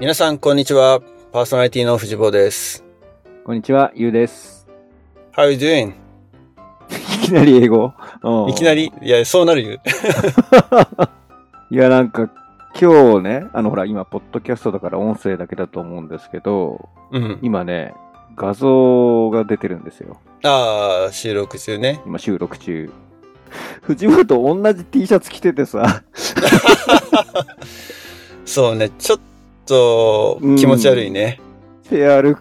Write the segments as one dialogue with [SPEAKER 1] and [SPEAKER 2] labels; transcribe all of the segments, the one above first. [SPEAKER 1] 皆さん、こんにちは。パーソナリティの藤坊です。
[SPEAKER 2] こんにちは、ゆうです。
[SPEAKER 1] How are you doing?
[SPEAKER 2] いきなり英語。うん
[SPEAKER 1] いきな。りいや、そうなるよ。
[SPEAKER 2] いや、なんか、今日ね、あの、ほら、今、ポッドキャストだから音声だけだと思うんですけど、
[SPEAKER 1] うん。
[SPEAKER 2] 今ね、画像が出てるんですよ。
[SPEAKER 1] ああ、収録中ね。
[SPEAKER 2] 今、収録中。藤本と同じ T シャツ着ててさ、
[SPEAKER 1] そうね、ちょっと
[SPEAKER 2] うん
[SPEAKER 1] 気持ち悪いね。
[SPEAKER 2] ペアルッ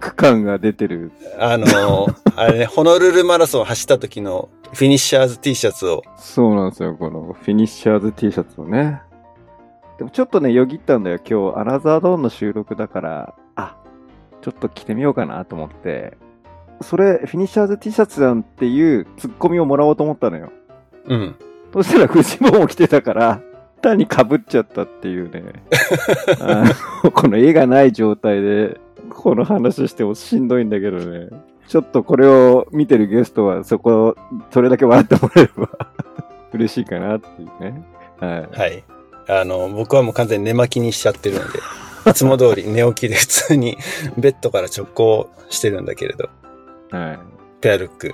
[SPEAKER 2] ク感が出てる。
[SPEAKER 1] あの、あれね、ホノルルマラソン走った時のフィニッシャーズ T シャツを。
[SPEAKER 2] そうなんですよ、このフィニッシャーズ T シャツをね。でもちょっとね、よぎったんだよ、今日、アナザードーンの収録だから、あ、ちょっと着てみようかなと思って、それ、フィニッシャーズ T シャツなんていうツッコミをもらおうと思ったのよ。
[SPEAKER 1] うん。
[SPEAKER 2] そしたら、フジモンも着てたから、単に被っちゃったっていう ね。あのこの絵がない状態で、この話してもしんどいんだけどね。ちょっとこれを見てるゲストは、そこ、それだけ笑ってもらえれば 嬉しいかなっていうね。はい。
[SPEAKER 1] はい。あの、僕はもう完全に寝巻きにしちゃってるので、いつも通り寝起きで 普通にベッドから直行してるんだけれど、
[SPEAKER 2] はい。
[SPEAKER 1] ペアルックっ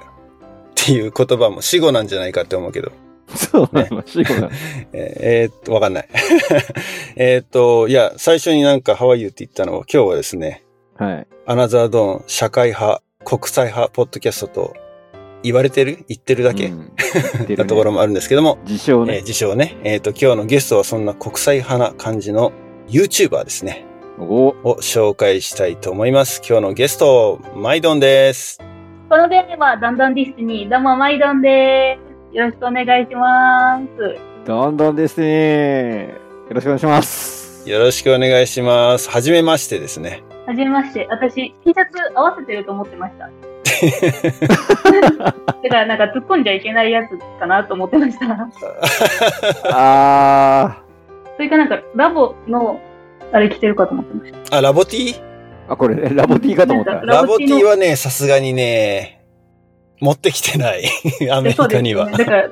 [SPEAKER 1] ていう言葉も死語なんじゃないかって思うけど、
[SPEAKER 2] そうなの、死後な
[SPEAKER 1] え
[SPEAKER 2] の。
[SPEAKER 1] ーえーっと、わかんない。 えーっと、いや、最初になんかハワイユーって言ったのは、今日はですね、
[SPEAKER 2] はい。
[SPEAKER 1] アナザードーン社会派、国際派、ポッドキャストと言われてる言ってるだけ、
[SPEAKER 2] うん言ってるね
[SPEAKER 1] なところもあるんですけども、
[SPEAKER 2] 自
[SPEAKER 1] え
[SPEAKER 2] 称
[SPEAKER 1] ー
[SPEAKER 2] ね。
[SPEAKER 1] 自称ね、えーっと、今日のゲストはそんな国際派な感じの YouTuber ですね、
[SPEAKER 2] お
[SPEAKER 1] を紹介したいと思います。今日のゲスト、マイドンです。
[SPEAKER 3] この出会いはだんだんディスティニー、どうもマイドンです。よろしくお願いします。
[SPEAKER 2] どんどんですね。よろしくお願い します。
[SPEAKER 1] よろしくお願いします。はじめましてですね。
[SPEAKER 3] はじめまして、私 T シャツ合わせてると思ってま した。だからなんか突っ込んじゃいけないやつかなと思ってました。
[SPEAKER 2] あ
[SPEAKER 3] それかなんかラボのあれ着てるかと思ってました。
[SPEAKER 1] あ、ラボティ
[SPEAKER 2] ー。あ、これ、ラボティーかと思った。
[SPEAKER 1] ラ
[SPEAKER 3] ラ
[SPEAKER 1] ボ
[SPEAKER 3] ボ
[SPEAKER 1] テ
[SPEAKER 3] テ
[SPEAKER 1] ィ
[SPEAKER 3] ィ
[SPEAKER 1] はね、さすがにね、持ってきて ない。アメリ
[SPEAKER 3] そう
[SPEAKER 1] カ
[SPEAKER 3] です
[SPEAKER 1] に
[SPEAKER 3] ね。
[SPEAKER 1] は。
[SPEAKER 3] だから、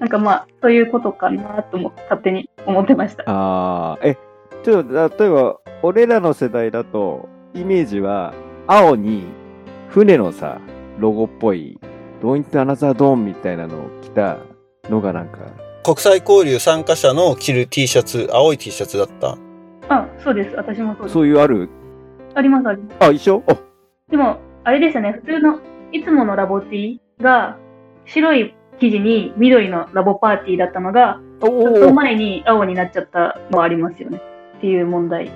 [SPEAKER 3] なんかまあ、そういうことかなとも勝手に思ってました。
[SPEAKER 2] ああ、え、ちょっと、例えば、俺らの世代だと、イメージは、青に、船のさ、ロゴっぽい、ドイントアナザードーンみたいなのを着たのがなんか、
[SPEAKER 1] 国際交流参加者の着る T シャツ、青い T シャツだった。
[SPEAKER 3] あ、そうです。私もそうです。
[SPEAKER 2] そういうある
[SPEAKER 3] あります、あります。
[SPEAKER 2] あ、一緒あ、
[SPEAKER 3] でも、あれですよね、普通の、いつものラボティが、白い生地に緑のラボパーティーだったのが、
[SPEAKER 2] お
[SPEAKER 3] ちょっ
[SPEAKER 2] お
[SPEAKER 3] と
[SPEAKER 2] お
[SPEAKER 3] 前に青になっちゃったのはありますよね。っていう問題。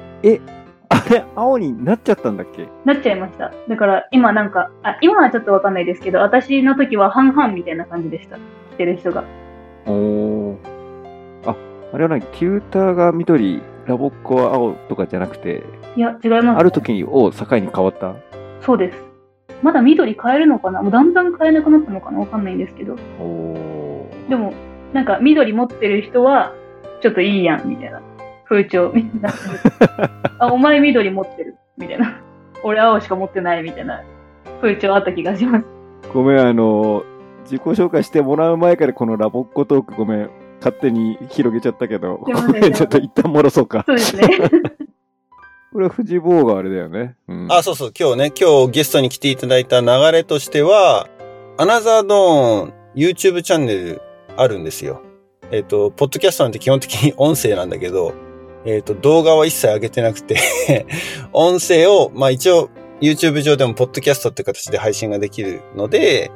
[SPEAKER 2] あれ、青になっちゃったんだっけ
[SPEAKER 3] なっちゃいました。だから、今なんか、あ、今はちょっとわかんないですけど、私の時は半々みたいな感じでした。着てる人が。
[SPEAKER 2] おおあ、あれは何キューターが緑、ラボっ子は青とかじゃなくて、
[SPEAKER 3] いや、違います、
[SPEAKER 2] ある時に、を境に変わった
[SPEAKER 3] そうです。まだ緑変えるのかなもうだんだん変えなくなったのかなわかんないんですけど。
[SPEAKER 2] おお
[SPEAKER 3] でも、なんか緑持ってる人は、ちょっといいやん、みたいな風潮、み んな。あ、お前緑持ってる、みたいな。俺青しか持ってない、みたいな風潮あった気がします。
[SPEAKER 2] ごめん、あの、自己紹介してもらう前からこのラボっ子トークごめん、勝手に広げちゃったけど、
[SPEAKER 3] すいませ
[SPEAKER 2] ご
[SPEAKER 3] ん
[SPEAKER 2] めん、 ちょっと一旦戻そうか。
[SPEAKER 3] そうです ね。
[SPEAKER 2] これは藤坊があれだよね。うん、
[SPEAKER 1] あ、そうそう、今日ね、今日ゲストに来ていただいた流れとしては、アナザードーン YouTube チャンネルあるんですよ。えっ、と、ポッドキャストなんて基本的に音声なんだけど、えっ、と、動画は一切上げてなくて、 音声を、まあ一応 YouTube 上でもポッドキャストって形で配信ができるので、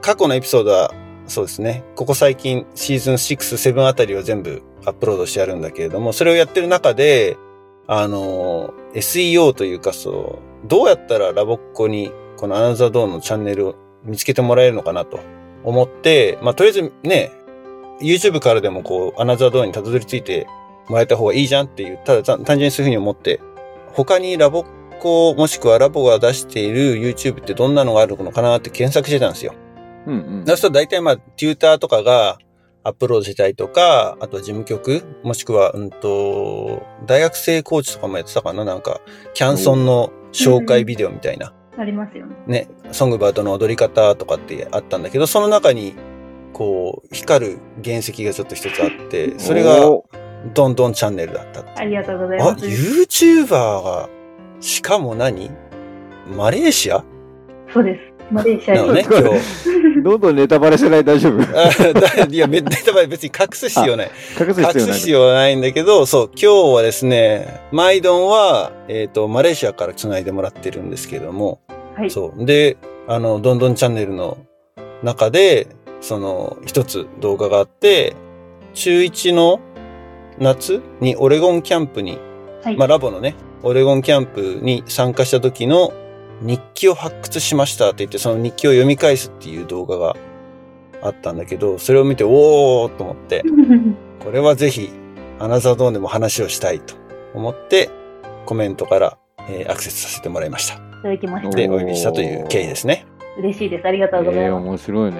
[SPEAKER 1] 過去のエピソードは、そうですね。ここ最近シーズン6、7あたりを全部アップロードしてあるんだけれども、それをやってる中で、あの、SEO というかそう、どうやったらラボっ子にこのアナザードーンのチャンネルを見つけてもらえるのかなと思って、まあ、とりあえずね、YouTube からでもこう、アナザードーンにたどり着いてもらえた方がいいじゃんっていう、ただ単単純にそういうふうに思って、他にラボっ子もしくはラボが出している YouTube ってどんなのがあるのかなって検索してたんですよ。
[SPEAKER 2] うんうん。
[SPEAKER 1] そうすると大体まあ、テューターとかがアップロードしたりとか、あとは事務局、もしくは、うんと、大学生コーチとかもやってたかななんか、キャンソンの紹介ビデオみたいな、
[SPEAKER 3] ありますよね。
[SPEAKER 1] ね、ソングバートの踊り方とかってあったんだけど、その中に、こう、光る原石がちょっと一つあって、それが、
[SPEAKER 2] お
[SPEAKER 1] どんどんチャンネルだったって。
[SPEAKER 3] ありがとうござい
[SPEAKER 1] あ、
[SPEAKER 3] ます。
[SPEAKER 1] YouTuber が、しかも何マレーシア
[SPEAKER 3] そうです。マレーシア
[SPEAKER 1] な
[SPEAKER 3] に。
[SPEAKER 1] のね、
[SPEAKER 2] そ
[SPEAKER 1] 今
[SPEAKER 2] う
[SPEAKER 1] 日。
[SPEAKER 2] どんどんネタバレしてない大丈夫
[SPEAKER 1] あだいや、めネタバレ別に隠す必要ない。
[SPEAKER 2] 隠す
[SPEAKER 1] 隠
[SPEAKER 2] 必要
[SPEAKER 1] す
[SPEAKER 2] ない
[SPEAKER 1] 必。要はないんだけど、そう、今日はですね、マイドンは、えっ、と、マレーシアから繋いでもらってるんですけども、
[SPEAKER 3] はい。
[SPEAKER 1] そう。で、あの、どんどんチャンネルの中で、その、一つ動画があって、中1の夏にオレゴンキャンプに、
[SPEAKER 3] はい。
[SPEAKER 1] まあ、ラボのね、オレゴンキャンプに参加した時の日記を発掘しましたって言って、その日記を読み返すっていう動画があったんだけど、それを見て、おーっと思って、これはぜひ、アナザードーンでも話をしたいと思って、コメントから、えーアクセスさせてもらいました。
[SPEAKER 3] いただきまし
[SPEAKER 2] お
[SPEAKER 3] た。
[SPEAKER 1] で、お呼びしたという経緯ですね。
[SPEAKER 3] 嬉しいです。ありがとうござ
[SPEAKER 2] え
[SPEAKER 3] い
[SPEAKER 2] ー、
[SPEAKER 3] ます。
[SPEAKER 2] 面白いね。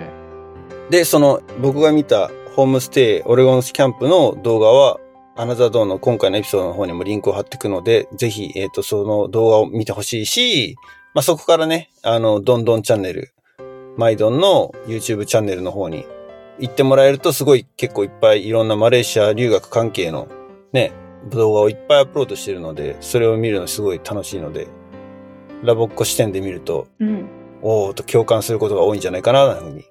[SPEAKER 1] で、その、僕が見たホームステイ、オレゴンキャンプの動画は、アナザードーンの今回のエピソードの方にもリンクを貼っていくので、ぜひ、えっ、と、その動画を見てほしいし、まあ、そこからね、あの、どんどんチャンネル、マイドンの YouTube チャンネルの方に行ってもらえると、すごい結構いっぱいいろんなマレーシア留学関係のね、動画をいっぱいアップロードしてるので、それを見るのすごい楽しいので、ラボっ子視点で見ると、
[SPEAKER 3] うん。
[SPEAKER 1] おーと共感することが多いんじゃないかな、なふうに。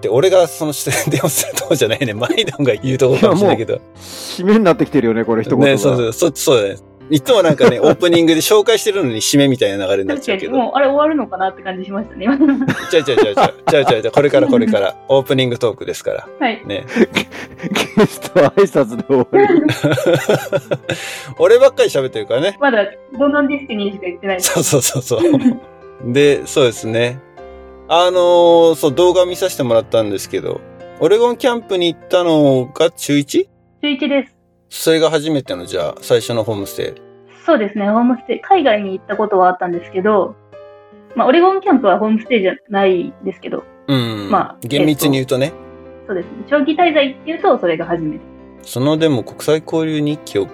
[SPEAKER 1] で、俺がその 視点でおするとこじゃないね。マイドンが言うとこかもしれないけど。
[SPEAKER 2] 締めになってきてるよね、これ一言が。
[SPEAKER 1] ね、そうそう、そそうだね。いつもなんかね、オープニングで紹介してるのに締めみたいな流れになっ
[SPEAKER 3] 確
[SPEAKER 1] ちゃ
[SPEAKER 3] か
[SPEAKER 1] うけ
[SPEAKER 3] に、
[SPEAKER 1] ど。違
[SPEAKER 3] もう、あれ終わるのかなって感じしましたね、今。
[SPEAKER 1] う違う違う違う。違う違う違う。これからこれから。オープニングトークですから。
[SPEAKER 3] はい。
[SPEAKER 1] ね。
[SPEAKER 2] ゲスト挨拶で終わり。
[SPEAKER 1] 俺ばっかり喋ってるから ね。
[SPEAKER 3] まだ、どんどんディスティニーしか言ってないです。
[SPEAKER 1] そうそうそうそう。で、そうですね。あのーそう、動画見させてもらったんですけど、オレゴンキャンプに行ったのが中 1?
[SPEAKER 3] 中1です。
[SPEAKER 1] それが初めての、じゃあ、最初のホームステイ。
[SPEAKER 3] そうですね、ホームステイ。海外に行ったことはあったんですけど、まあ、オレゴンキャンプはホームステイじゃないんですけど、
[SPEAKER 1] うん。
[SPEAKER 3] まあ
[SPEAKER 1] 厳密に言うとね、
[SPEAKER 3] そうですね。長期滞在っていうと、それが初めて。
[SPEAKER 1] そのでも国際交流日記を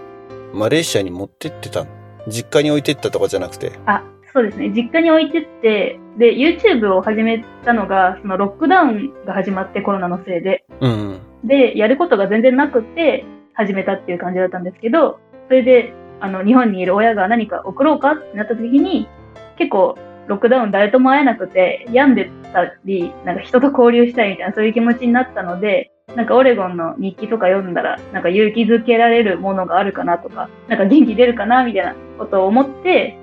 [SPEAKER 1] マレーシアに持ってってたの実家に置いてったとかじゃなくて。
[SPEAKER 3] あ、そうですね。実家に置いてって、で、YouTube を始めたのが、そのロックダウンが始まって、コロナのせいで。
[SPEAKER 1] うん。
[SPEAKER 3] で、やることが全然なくて、始めたっていう感じだったんですけど、それで、あの、日本にいる親が何か送ろうかってなった時に、結構、ロックダウン誰とも会えなくて、病んでたり、なんか人と交流したいみたいな、そういう気持ちになったので、なんかオレゴンの日記とか読んだら、なんか勇気づけられるものがあるかなとか、なんか元気出るかなみたいなことを思って、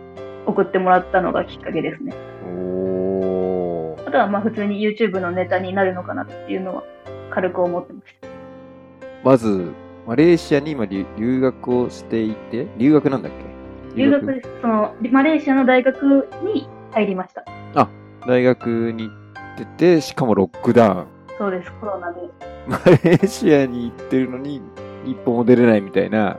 [SPEAKER 3] 送ってもらったのがきっかけですね。
[SPEAKER 2] おー
[SPEAKER 3] あとはまあ普通に YouTube のネタになるのかなっていうのは軽く思ってました。
[SPEAKER 2] まず、マレーシアに今留留学をしていて、留学なんだっけ
[SPEAKER 3] 留学です。その、マレーシアの大学に入りました。
[SPEAKER 2] 大学に行ってて、しかもロックダウン。
[SPEAKER 3] そうです、コロナで。
[SPEAKER 2] マレーシアに行ってるのに、一歩も出れないみたいな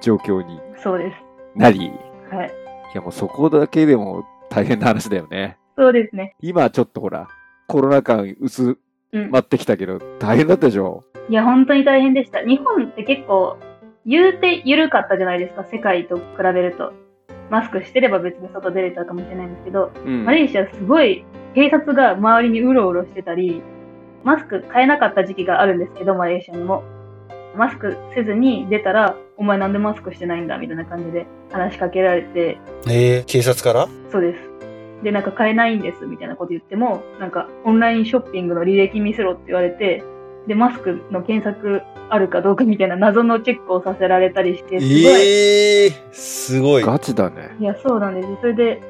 [SPEAKER 2] 状況に
[SPEAKER 3] そうです。
[SPEAKER 2] なり、い
[SPEAKER 3] はい。
[SPEAKER 2] やもうそこだけでも大変な話だよね。
[SPEAKER 3] そうですね。
[SPEAKER 2] 今ちょっとほら、コロナ感薄
[SPEAKER 3] うん。
[SPEAKER 2] まってきたけど、大変だったでしょ
[SPEAKER 3] いや、本当に大変でした。日本って結構、言うて緩かったじゃないですか、世界と比べると。マスクしてれば別に外出れたかもしれないんですけど、
[SPEAKER 2] うん
[SPEAKER 3] マレーシアすごい警察が周りにうろうろしてたり、マスク買えなかった時期があるんですけど、マレーシアにも。マスクせずに出たら、お前なんでマスクしてないんだみたいな感じで話しかけられて、
[SPEAKER 1] えー、警察から
[SPEAKER 3] そうです。で、なんか買えないんですみたいなこと言っても、なんかオンラインショッピングの履歴見せろって言われて、で、マスクの検索あるかどうかみたいな謎のチェックをさせられたりして、すごい。
[SPEAKER 1] えー、すごい。
[SPEAKER 2] ガチだね。
[SPEAKER 3] いや、そうなんですよ。それで、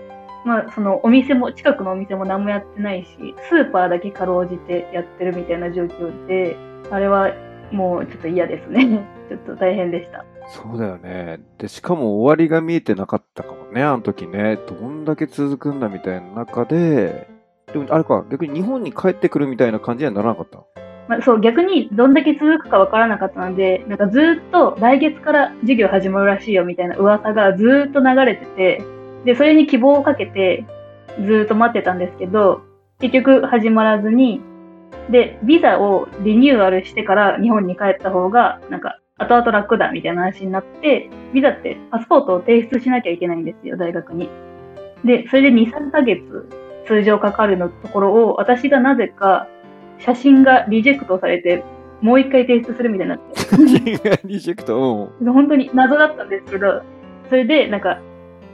[SPEAKER 3] まあ、そのお店も、近くのお店も何もやってないし、スーパーだけかろうじてやってるみたいな状況で、あれはもうちょっと嫌ですね。 ちょっと大変でした。
[SPEAKER 2] そうだよね。で、しかも終わりが見えてなかったかもね、あの時ね。どんだけ続くんだみたいな中で、でもあれか、逆に日本に帰ってくるみたいな感じにはならなか った。
[SPEAKER 3] まあ、そう、逆にどんだけ続くかわからなかったので、なんかずーっと来月から授業始まるらしいよみたいな噂がずーっと流れてて、で、それに希望をかけてずーっと待ってたんですけど、結局始まらずに、で、ビザをリニューアルしてから日本に帰った方が、なんか、後々楽だみたいな話になって、ビザってパスポートを提出しなきゃいけないんですよ、大学に。で、それで2、3ヶ月通常かかるのところを、私がなぜか写真がリジェクトされてもう一回提出するみたいになって。
[SPEAKER 2] リジェク ト、
[SPEAKER 3] 本当に謎だったんですけど、それでなんか、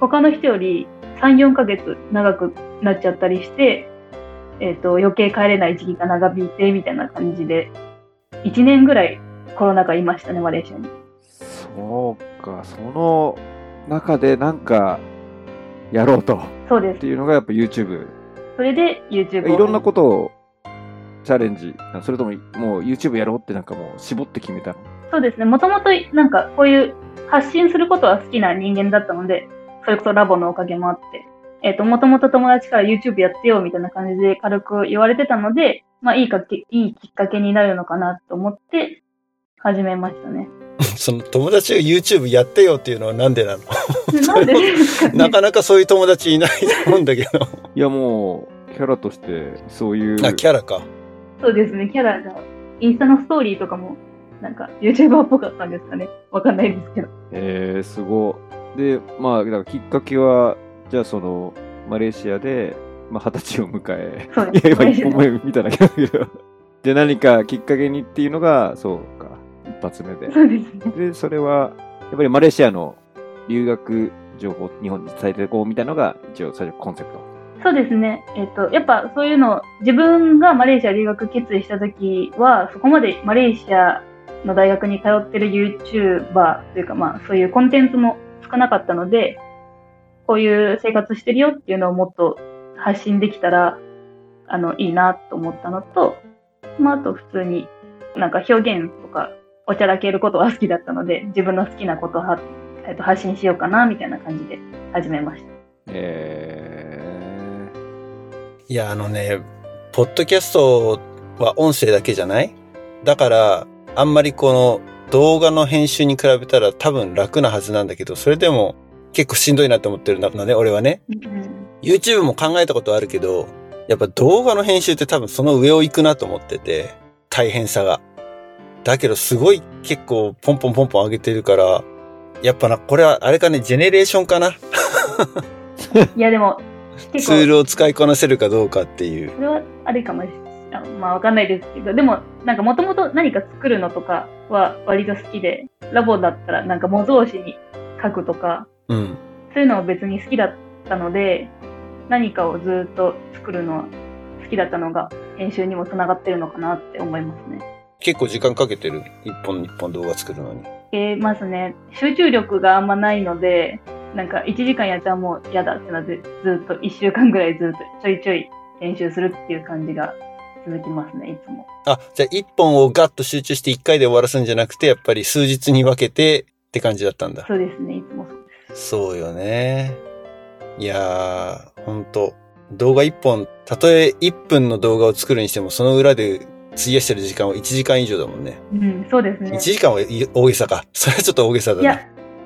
[SPEAKER 3] 他の人より3、4ヶ月長くなっちゃったりして、えっ、と、余計帰れない時期が長引いて、みたいな感じで、1年ぐらいコロナ禍いましたね、マレーシア
[SPEAKER 2] う
[SPEAKER 3] に。
[SPEAKER 2] ん。そうか、その中でなんか、やろうと。
[SPEAKER 3] そうで
[SPEAKER 2] っ
[SPEAKER 3] す。
[SPEAKER 2] ていうのがやっぱ YouTube。
[SPEAKER 3] それで YouTube を。
[SPEAKER 2] いろんなことをチャレンジ。それとも、もう YouTube やろうってなんかもう絞って決めたの。
[SPEAKER 3] そうですね。もともとなんかこういう発信することは好きな人間だったので、それこそラボのおかげもあって。えっ、と、もともと友達から YouTube やってよみたいな感じで軽く言われてたので、まあいいかけ、いいきっかけになるのかなと思って始めまし たね。
[SPEAKER 1] その友達が YouTube やってよっていうのはなんでなの
[SPEAKER 3] なんでですか
[SPEAKER 1] な
[SPEAKER 3] ね。
[SPEAKER 1] かなかそういう友達いないと思うんだけど。
[SPEAKER 2] いやもう、キャラとして、そういう。
[SPEAKER 1] あ、キャラか。
[SPEAKER 3] そうですね。キャラが、インスタのストーリーとかも、なんか YouTuber っぽかったんですかね。わかんないですけど。
[SPEAKER 2] えー、すごい。で、まあ、だからきっかけは、じゃあその、マレーシアで、まあ、二十歳を迎 え、
[SPEAKER 3] そうで
[SPEAKER 2] い
[SPEAKER 3] す
[SPEAKER 2] や、今一本目見ただけだけど。で、何かきっかけにっていうのが、そうか、一発目で。
[SPEAKER 3] そうですね。
[SPEAKER 2] で、それは、やっぱりマレーシアの留学情報、日本に伝えていこうみたいなのが、一応最初のコンセプト。
[SPEAKER 3] そうですね。えっ、と、やっぱそういうの、自分がマレーシア留学決意した時は、そこまでマレーシアの大学に通ってる YouTuber というか、まあそういうコンテンツも少なかったので、こういう生活してるよっていうのをもっと発信できたら、あの、いいなと思ったのと、まああと普通になんか表現とかおちゃらけることは好きだったので、自分の好きなことをは、えっと発信しようかなみたいな感じで始めました。
[SPEAKER 2] え
[SPEAKER 1] いや、あのね、ポッドキャストは音声だけじゃないだから、あんまりこの動画の編集に比べたら多分楽なはずなんだけど、それでも結構しんどいなって思ってるんだね、俺はね。YouTube も考えたことあるけど、やっぱ動画の編集って多分その上を行くなと思ってて、大変さが。だけどすごい結構ポンポンポンポン上げてるから、やっぱな、これはあれかね、ジェネレーションかな。
[SPEAKER 3] いやでも、結
[SPEAKER 1] ツ
[SPEAKER 3] 構
[SPEAKER 1] ールを使いこなせるかどうかっていう。
[SPEAKER 3] それはあれかもしれない。まあわかんないですけど、でもなんかもともと何か作るのとかは割と好きで、ラボだったらなんか模造紙に書くとか、
[SPEAKER 1] うん。
[SPEAKER 3] そういうのは別に好きだったので、何かをずっと作るのは好きだったのが編集にもつながってるのかなって思いますね。
[SPEAKER 1] 結構時間かけてる。一本一本動画作るのに。
[SPEAKER 3] えー、ますね、集中力があんまないので、なんか1時間やったらもう嫌だってなって、ずっと1週間ぐらいずっとちょいちょい練習するっていう感じが続きますね、いつも。
[SPEAKER 1] あ、じゃあ一本をガッと集中して一回で終わらすんじゃなくて、やっぱり数日に分けてって感じだったんだ。
[SPEAKER 3] そうですね、いつもそう
[SPEAKER 1] そ
[SPEAKER 3] で
[SPEAKER 1] うよね。いやー、ほんと。動画一本、たとえ一分の動画を作るにしても、その裏で費やしてる時間は1時間以上だもんね。
[SPEAKER 3] す。うん、そうです
[SPEAKER 1] 1
[SPEAKER 3] ね。
[SPEAKER 1] 時間はい大げさか。それはちょっと大げさだ
[SPEAKER 3] い
[SPEAKER 1] な。
[SPEAKER 3] や、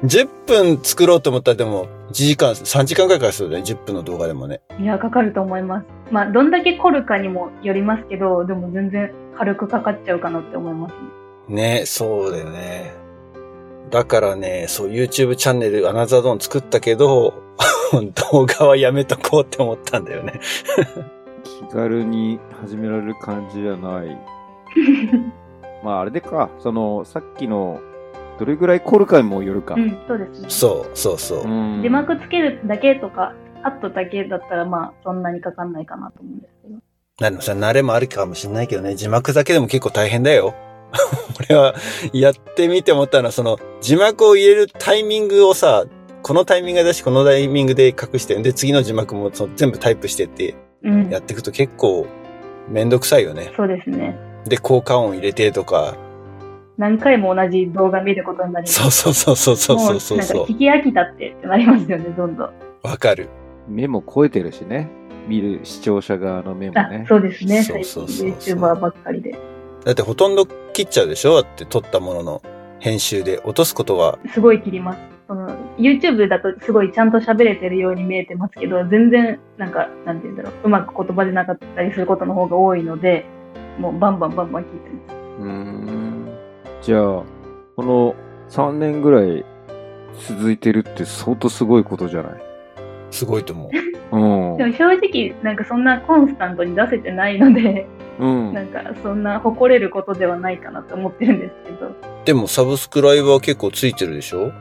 [SPEAKER 1] 10分作ろうと思ったらでも、1時間、3時間くらいからするよね。10分の動画でもね。
[SPEAKER 3] いや、かかると思います。まあ、どんだけ凝るかにもよりますけど、でも全然軽くかかっちゃうかなって思いますね。
[SPEAKER 1] ね、そうだよね。だからね、そう YouTube チャンネルアナザードーン作ったけど、 動画はやめとこうって思ったんだよね。
[SPEAKER 2] 気軽に始められる感じじゃない。 まあ、あれでか、その、さっきの、どれぐらい凝るかにもよるか。
[SPEAKER 3] うん、そうですね。
[SPEAKER 1] そう、そうそう。
[SPEAKER 2] うん
[SPEAKER 3] 字幕つけるだけとか、カットだけだったら、まあ、そんなにかかんないかなと思うんですけど。
[SPEAKER 1] なのさ、慣れもあるかもしれないけどね、字幕だけでも結構大変だよ。 俺は、やってみて思ったのは、その、字幕を入れるタイミングをさ、このタイミングだし、このタイミングで隠して、で、次の字幕もその全部タイプしてって、
[SPEAKER 3] うん
[SPEAKER 1] や、っていくと結構、めんどくさいよね。
[SPEAKER 3] そうですね。
[SPEAKER 1] で、効果音入れてとか、
[SPEAKER 3] 何回も同じ動画見ることになり
[SPEAKER 1] そうそうそうそうそうそうそう
[SPEAKER 3] もうなんか聞き飽きたってなりますよね、どんどん。
[SPEAKER 1] わかる。
[SPEAKER 2] 目も超えてるしね。見る視聴者側の目も
[SPEAKER 3] あ
[SPEAKER 2] ね、。
[SPEAKER 3] そうですね、
[SPEAKER 1] そう
[SPEAKER 3] 最
[SPEAKER 1] そ
[SPEAKER 3] 近
[SPEAKER 1] うそうそう
[SPEAKER 3] YouTuber ばっかりで。
[SPEAKER 1] だってほとんど切っちゃうでしょだって撮ったものの編集で落とすことは、
[SPEAKER 3] すごい切ります。その YouTube だとすごいちゃんと喋れてるように見えてますけど、全然なんか、なんて言うんだろう、うまく言葉でなかったりすることの方が多いので、もうバンバンバンバン聞いてま
[SPEAKER 2] うーん。じゃあ、この3年ぐらい続いてるって相当すごいことじゃない
[SPEAKER 1] すごいと思う。
[SPEAKER 2] うん。
[SPEAKER 3] す。でも正直、なんかそんなコンスタントに出せてないので、
[SPEAKER 2] うん
[SPEAKER 3] なんかそんな誇れることではないかなと思ってるんですけど。
[SPEAKER 1] でもサブスクライバー結構ついてるでしょ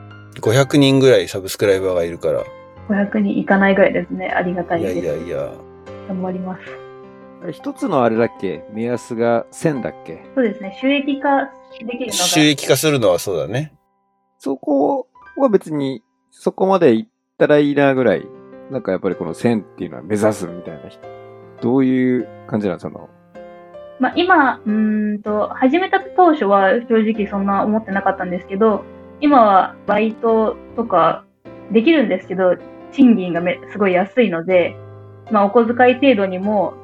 [SPEAKER 1] ?500 人ぐらいサブスクライバーがいるから。
[SPEAKER 3] 500人いかないぐらいですね。ありがたい
[SPEAKER 1] いや
[SPEAKER 3] です。
[SPEAKER 1] いやいや。
[SPEAKER 3] 頑張ります。
[SPEAKER 2] 一つのあれだっけ目安が1000だっけ
[SPEAKER 3] そうですね。収益化できるのが。
[SPEAKER 1] 収益化するのはそうだね。
[SPEAKER 2] そこは別にそこまで行ったらいいなぐらい、なんかやっぱりこの1000っていうのは目指すみたいな人。どういう感じなのその、
[SPEAKER 3] まあ、今、うーんと、始めた当初は正直そんな思ってなかったんですけど、今はバイトとかできるんですけど、賃金がめすごい安いので、まあ、お小遣い程度にも、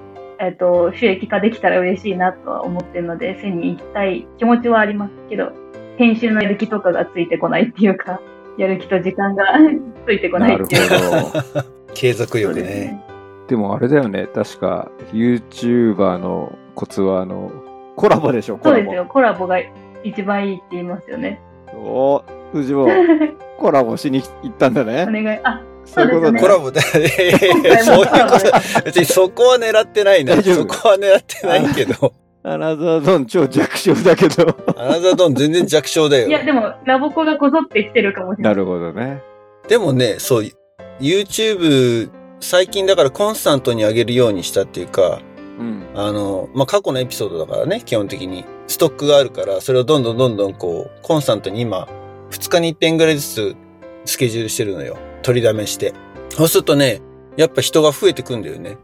[SPEAKER 3] えっと、収益化できたら嬉しいなとは思ってるので、背に行きたい気持ちはありますけど、編集のやる気とかがついてこないっていうか、やる気と時間が ついてこな
[SPEAKER 2] ない
[SPEAKER 3] っ
[SPEAKER 2] る
[SPEAKER 3] ていうか。
[SPEAKER 2] ほど。
[SPEAKER 1] 継続
[SPEAKER 3] そ
[SPEAKER 1] 力
[SPEAKER 3] うです
[SPEAKER 1] ね。
[SPEAKER 3] ね。
[SPEAKER 2] でもあれだよね、確か YouTuber のコツはあの、コラボでしょ、コ
[SPEAKER 3] そう
[SPEAKER 2] ラ
[SPEAKER 3] で
[SPEAKER 2] ボ
[SPEAKER 3] す。よ。コラボが一番いいって言いますよね。
[SPEAKER 2] おー藤本、コラボしに行ったんだ
[SPEAKER 3] お
[SPEAKER 2] ね。
[SPEAKER 3] 願い。あ、
[SPEAKER 2] そ
[SPEAKER 3] そうですね
[SPEAKER 2] と
[SPEAKER 1] コラボで、 いやいや
[SPEAKER 3] 今
[SPEAKER 1] いや
[SPEAKER 3] 回
[SPEAKER 1] そう
[SPEAKER 3] も
[SPEAKER 1] いう
[SPEAKER 3] コラボ
[SPEAKER 1] こ
[SPEAKER 3] で
[SPEAKER 1] と、別にそこは狙ってないな。
[SPEAKER 2] 大丈夫
[SPEAKER 1] そこは狙ってないけ ど。
[SPEAKER 2] アナザーゾーン超弱小だ けど。
[SPEAKER 1] アナザードーン全然弱小だよ。
[SPEAKER 3] いや、でも、ラボコがこぞってきてるかもしれな。
[SPEAKER 2] ないるほどね。
[SPEAKER 1] でもね、そう、YouTube、最近だからコンスタントに上げるようにしたっていうか、
[SPEAKER 2] うん。
[SPEAKER 1] あの、まあ、過去のエピソードだからね、基本的に。ストックがあるから、それをどんどんどんどんこう、コンスタントに今、2日に1点ぐらいずつスケジュールしてるのよ。取りだめして。そうするとね、やっぱ人が増えてくんだよね。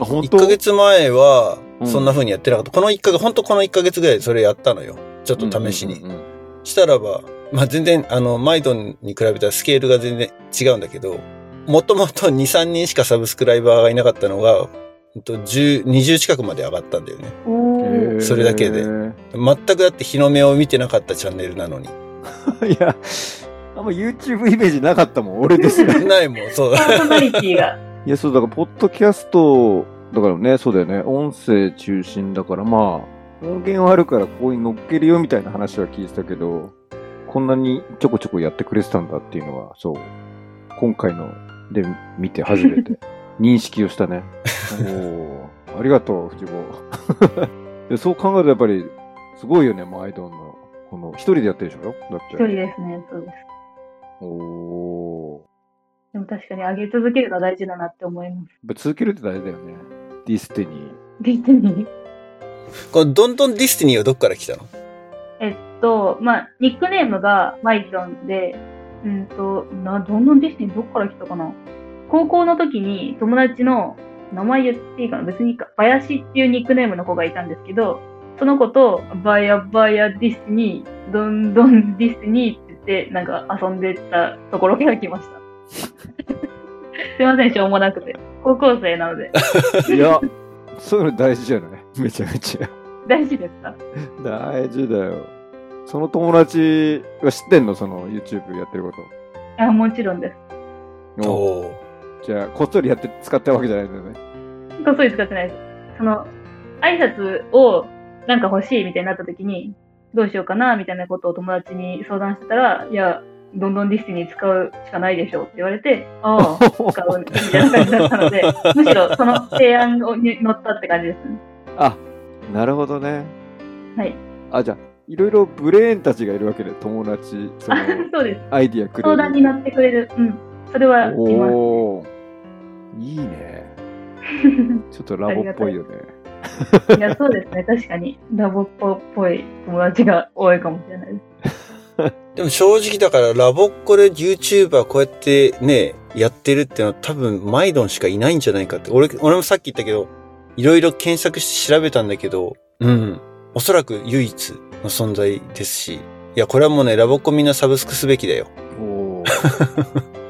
[SPEAKER 2] あ、本
[SPEAKER 1] 1ヶ月前は、
[SPEAKER 2] うん
[SPEAKER 1] そんな風にやってなかった。この1ヶ月、本当この1ヶ月ぐらいでそれやったのよ。ちょっと試しに。
[SPEAKER 2] うんうんうん
[SPEAKER 1] したらば、まあ、全然、あの、マイドンに比べたらスケールが全然違うんだけど、もともと2、3人しかサブスクライバーがいなかったのが、ほんと10、20近くまで上がったんだよね。
[SPEAKER 3] おー
[SPEAKER 2] へー
[SPEAKER 1] それだけ で全くだって日の目を見てなかったチャンネルなのに。
[SPEAKER 2] いや、あんま YouTube イメージなかったもん、俺ですら。
[SPEAKER 1] ないもん、そう
[SPEAKER 3] パ。ーソナリティが。
[SPEAKER 2] いや、そう、だから、ポッドキャスト、だからね、そうだよね、音声中心だから、まあ、音源はあるから、ここに乗っけるよみたいな話は聞いてたけど、こんなにちょこちょこやってくれてたんだっていうのは、そう、今回ので見て初 めて、認識をしたね。おおありがとう、藤子。 でそう考えると、やっぱり、すごいよね、マイドンの。この、一人でやってるでしょだって
[SPEAKER 3] 一人。ですね、そうです。
[SPEAKER 2] おお
[SPEAKER 3] でも確かに上げ続けるのは大事だなって思い ます。
[SPEAKER 2] やっぱ続けるって大事だよね。ディスティニー。
[SPEAKER 3] 別に。
[SPEAKER 1] このどんどんディスティニーはどっから来たの
[SPEAKER 3] えっと、まあ、ニックネームがマイちゃんで、うんと、な、どんどんディスティニーどっから来たかな高校の時に友達の名前言っていいかな別にいいか。林っていうニックネームの子がいたんですけど、その子と、バヤバヤディスティニー、どんどんディスティニーって言って、なんか遊んでたところから来ました。 すいません、しょうもなくて。高校生なので。
[SPEAKER 2] い や、そういうの大事じゃないめちゃめちゃ。
[SPEAKER 3] 大事ですか
[SPEAKER 2] 大事だよ。その友達は知ってんのその YouTube やってるこ
[SPEAKER 3] あ、もちろんです。
[SPEAKER 2] と。お
[SPEAKER 1] おー
[SPEAKER 2] じゃあ、こっそりやって使ったわけじゃないんだよ ね。
[SPEAKER 3] こっそり使ってないです。その、挨拶をなんか欲しいみたいになった時に、どうしようかなみたいなことを友達に相談してたら、いや、どんどんディスティニー使うしかないでしょうって言われて、ああ、使うねみたいな感じだった ので、むしろその提案に乗ったって感じですね。
[SPEAKER 2] あ、なるほどね。
[SPEAKER 3] はい。
[SPEAKER 2] あ、じゃあ、いろいろブレーンたちがいるわけで、友達、そ
[SPEAKER 3] あ
[SPEAKER 2] の、
[SPEAKER 3] そうです。
[SPEAKER 2] アイディアくれる。
[SPEAKER 3] 相談に乗ってくれる。うん。それは今。
[SPEAKER 2] おー。いいね。ちょっとラボっぽいよね。
[SPEAKER 3] いや、そうですね。確かに、ラボっ子っぽい友達が多いかもしれないです。
[SPEAKER 1] でも正直だからラボっ子で YouTuber こうやってね、やってるってのは多分マイドンしかいないんじゃないかって。俺、俺もさっき言ったけど、いろいろ検索して調べたんだけど、うん。おそらく唯一の存在ですし。いや、これはもうね、ラボっ子みんなサブスクすべきだよ。
[SPEAKER 2] おー。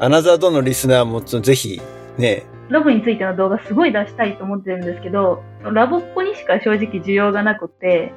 [SPEAKER 1] アナザードのリスナーもぜひ、ね、
[SPEAKER 3] ラボについての動画すごい出したいと思ってるんですけど、ラボっ子にしか正直需要がなくて、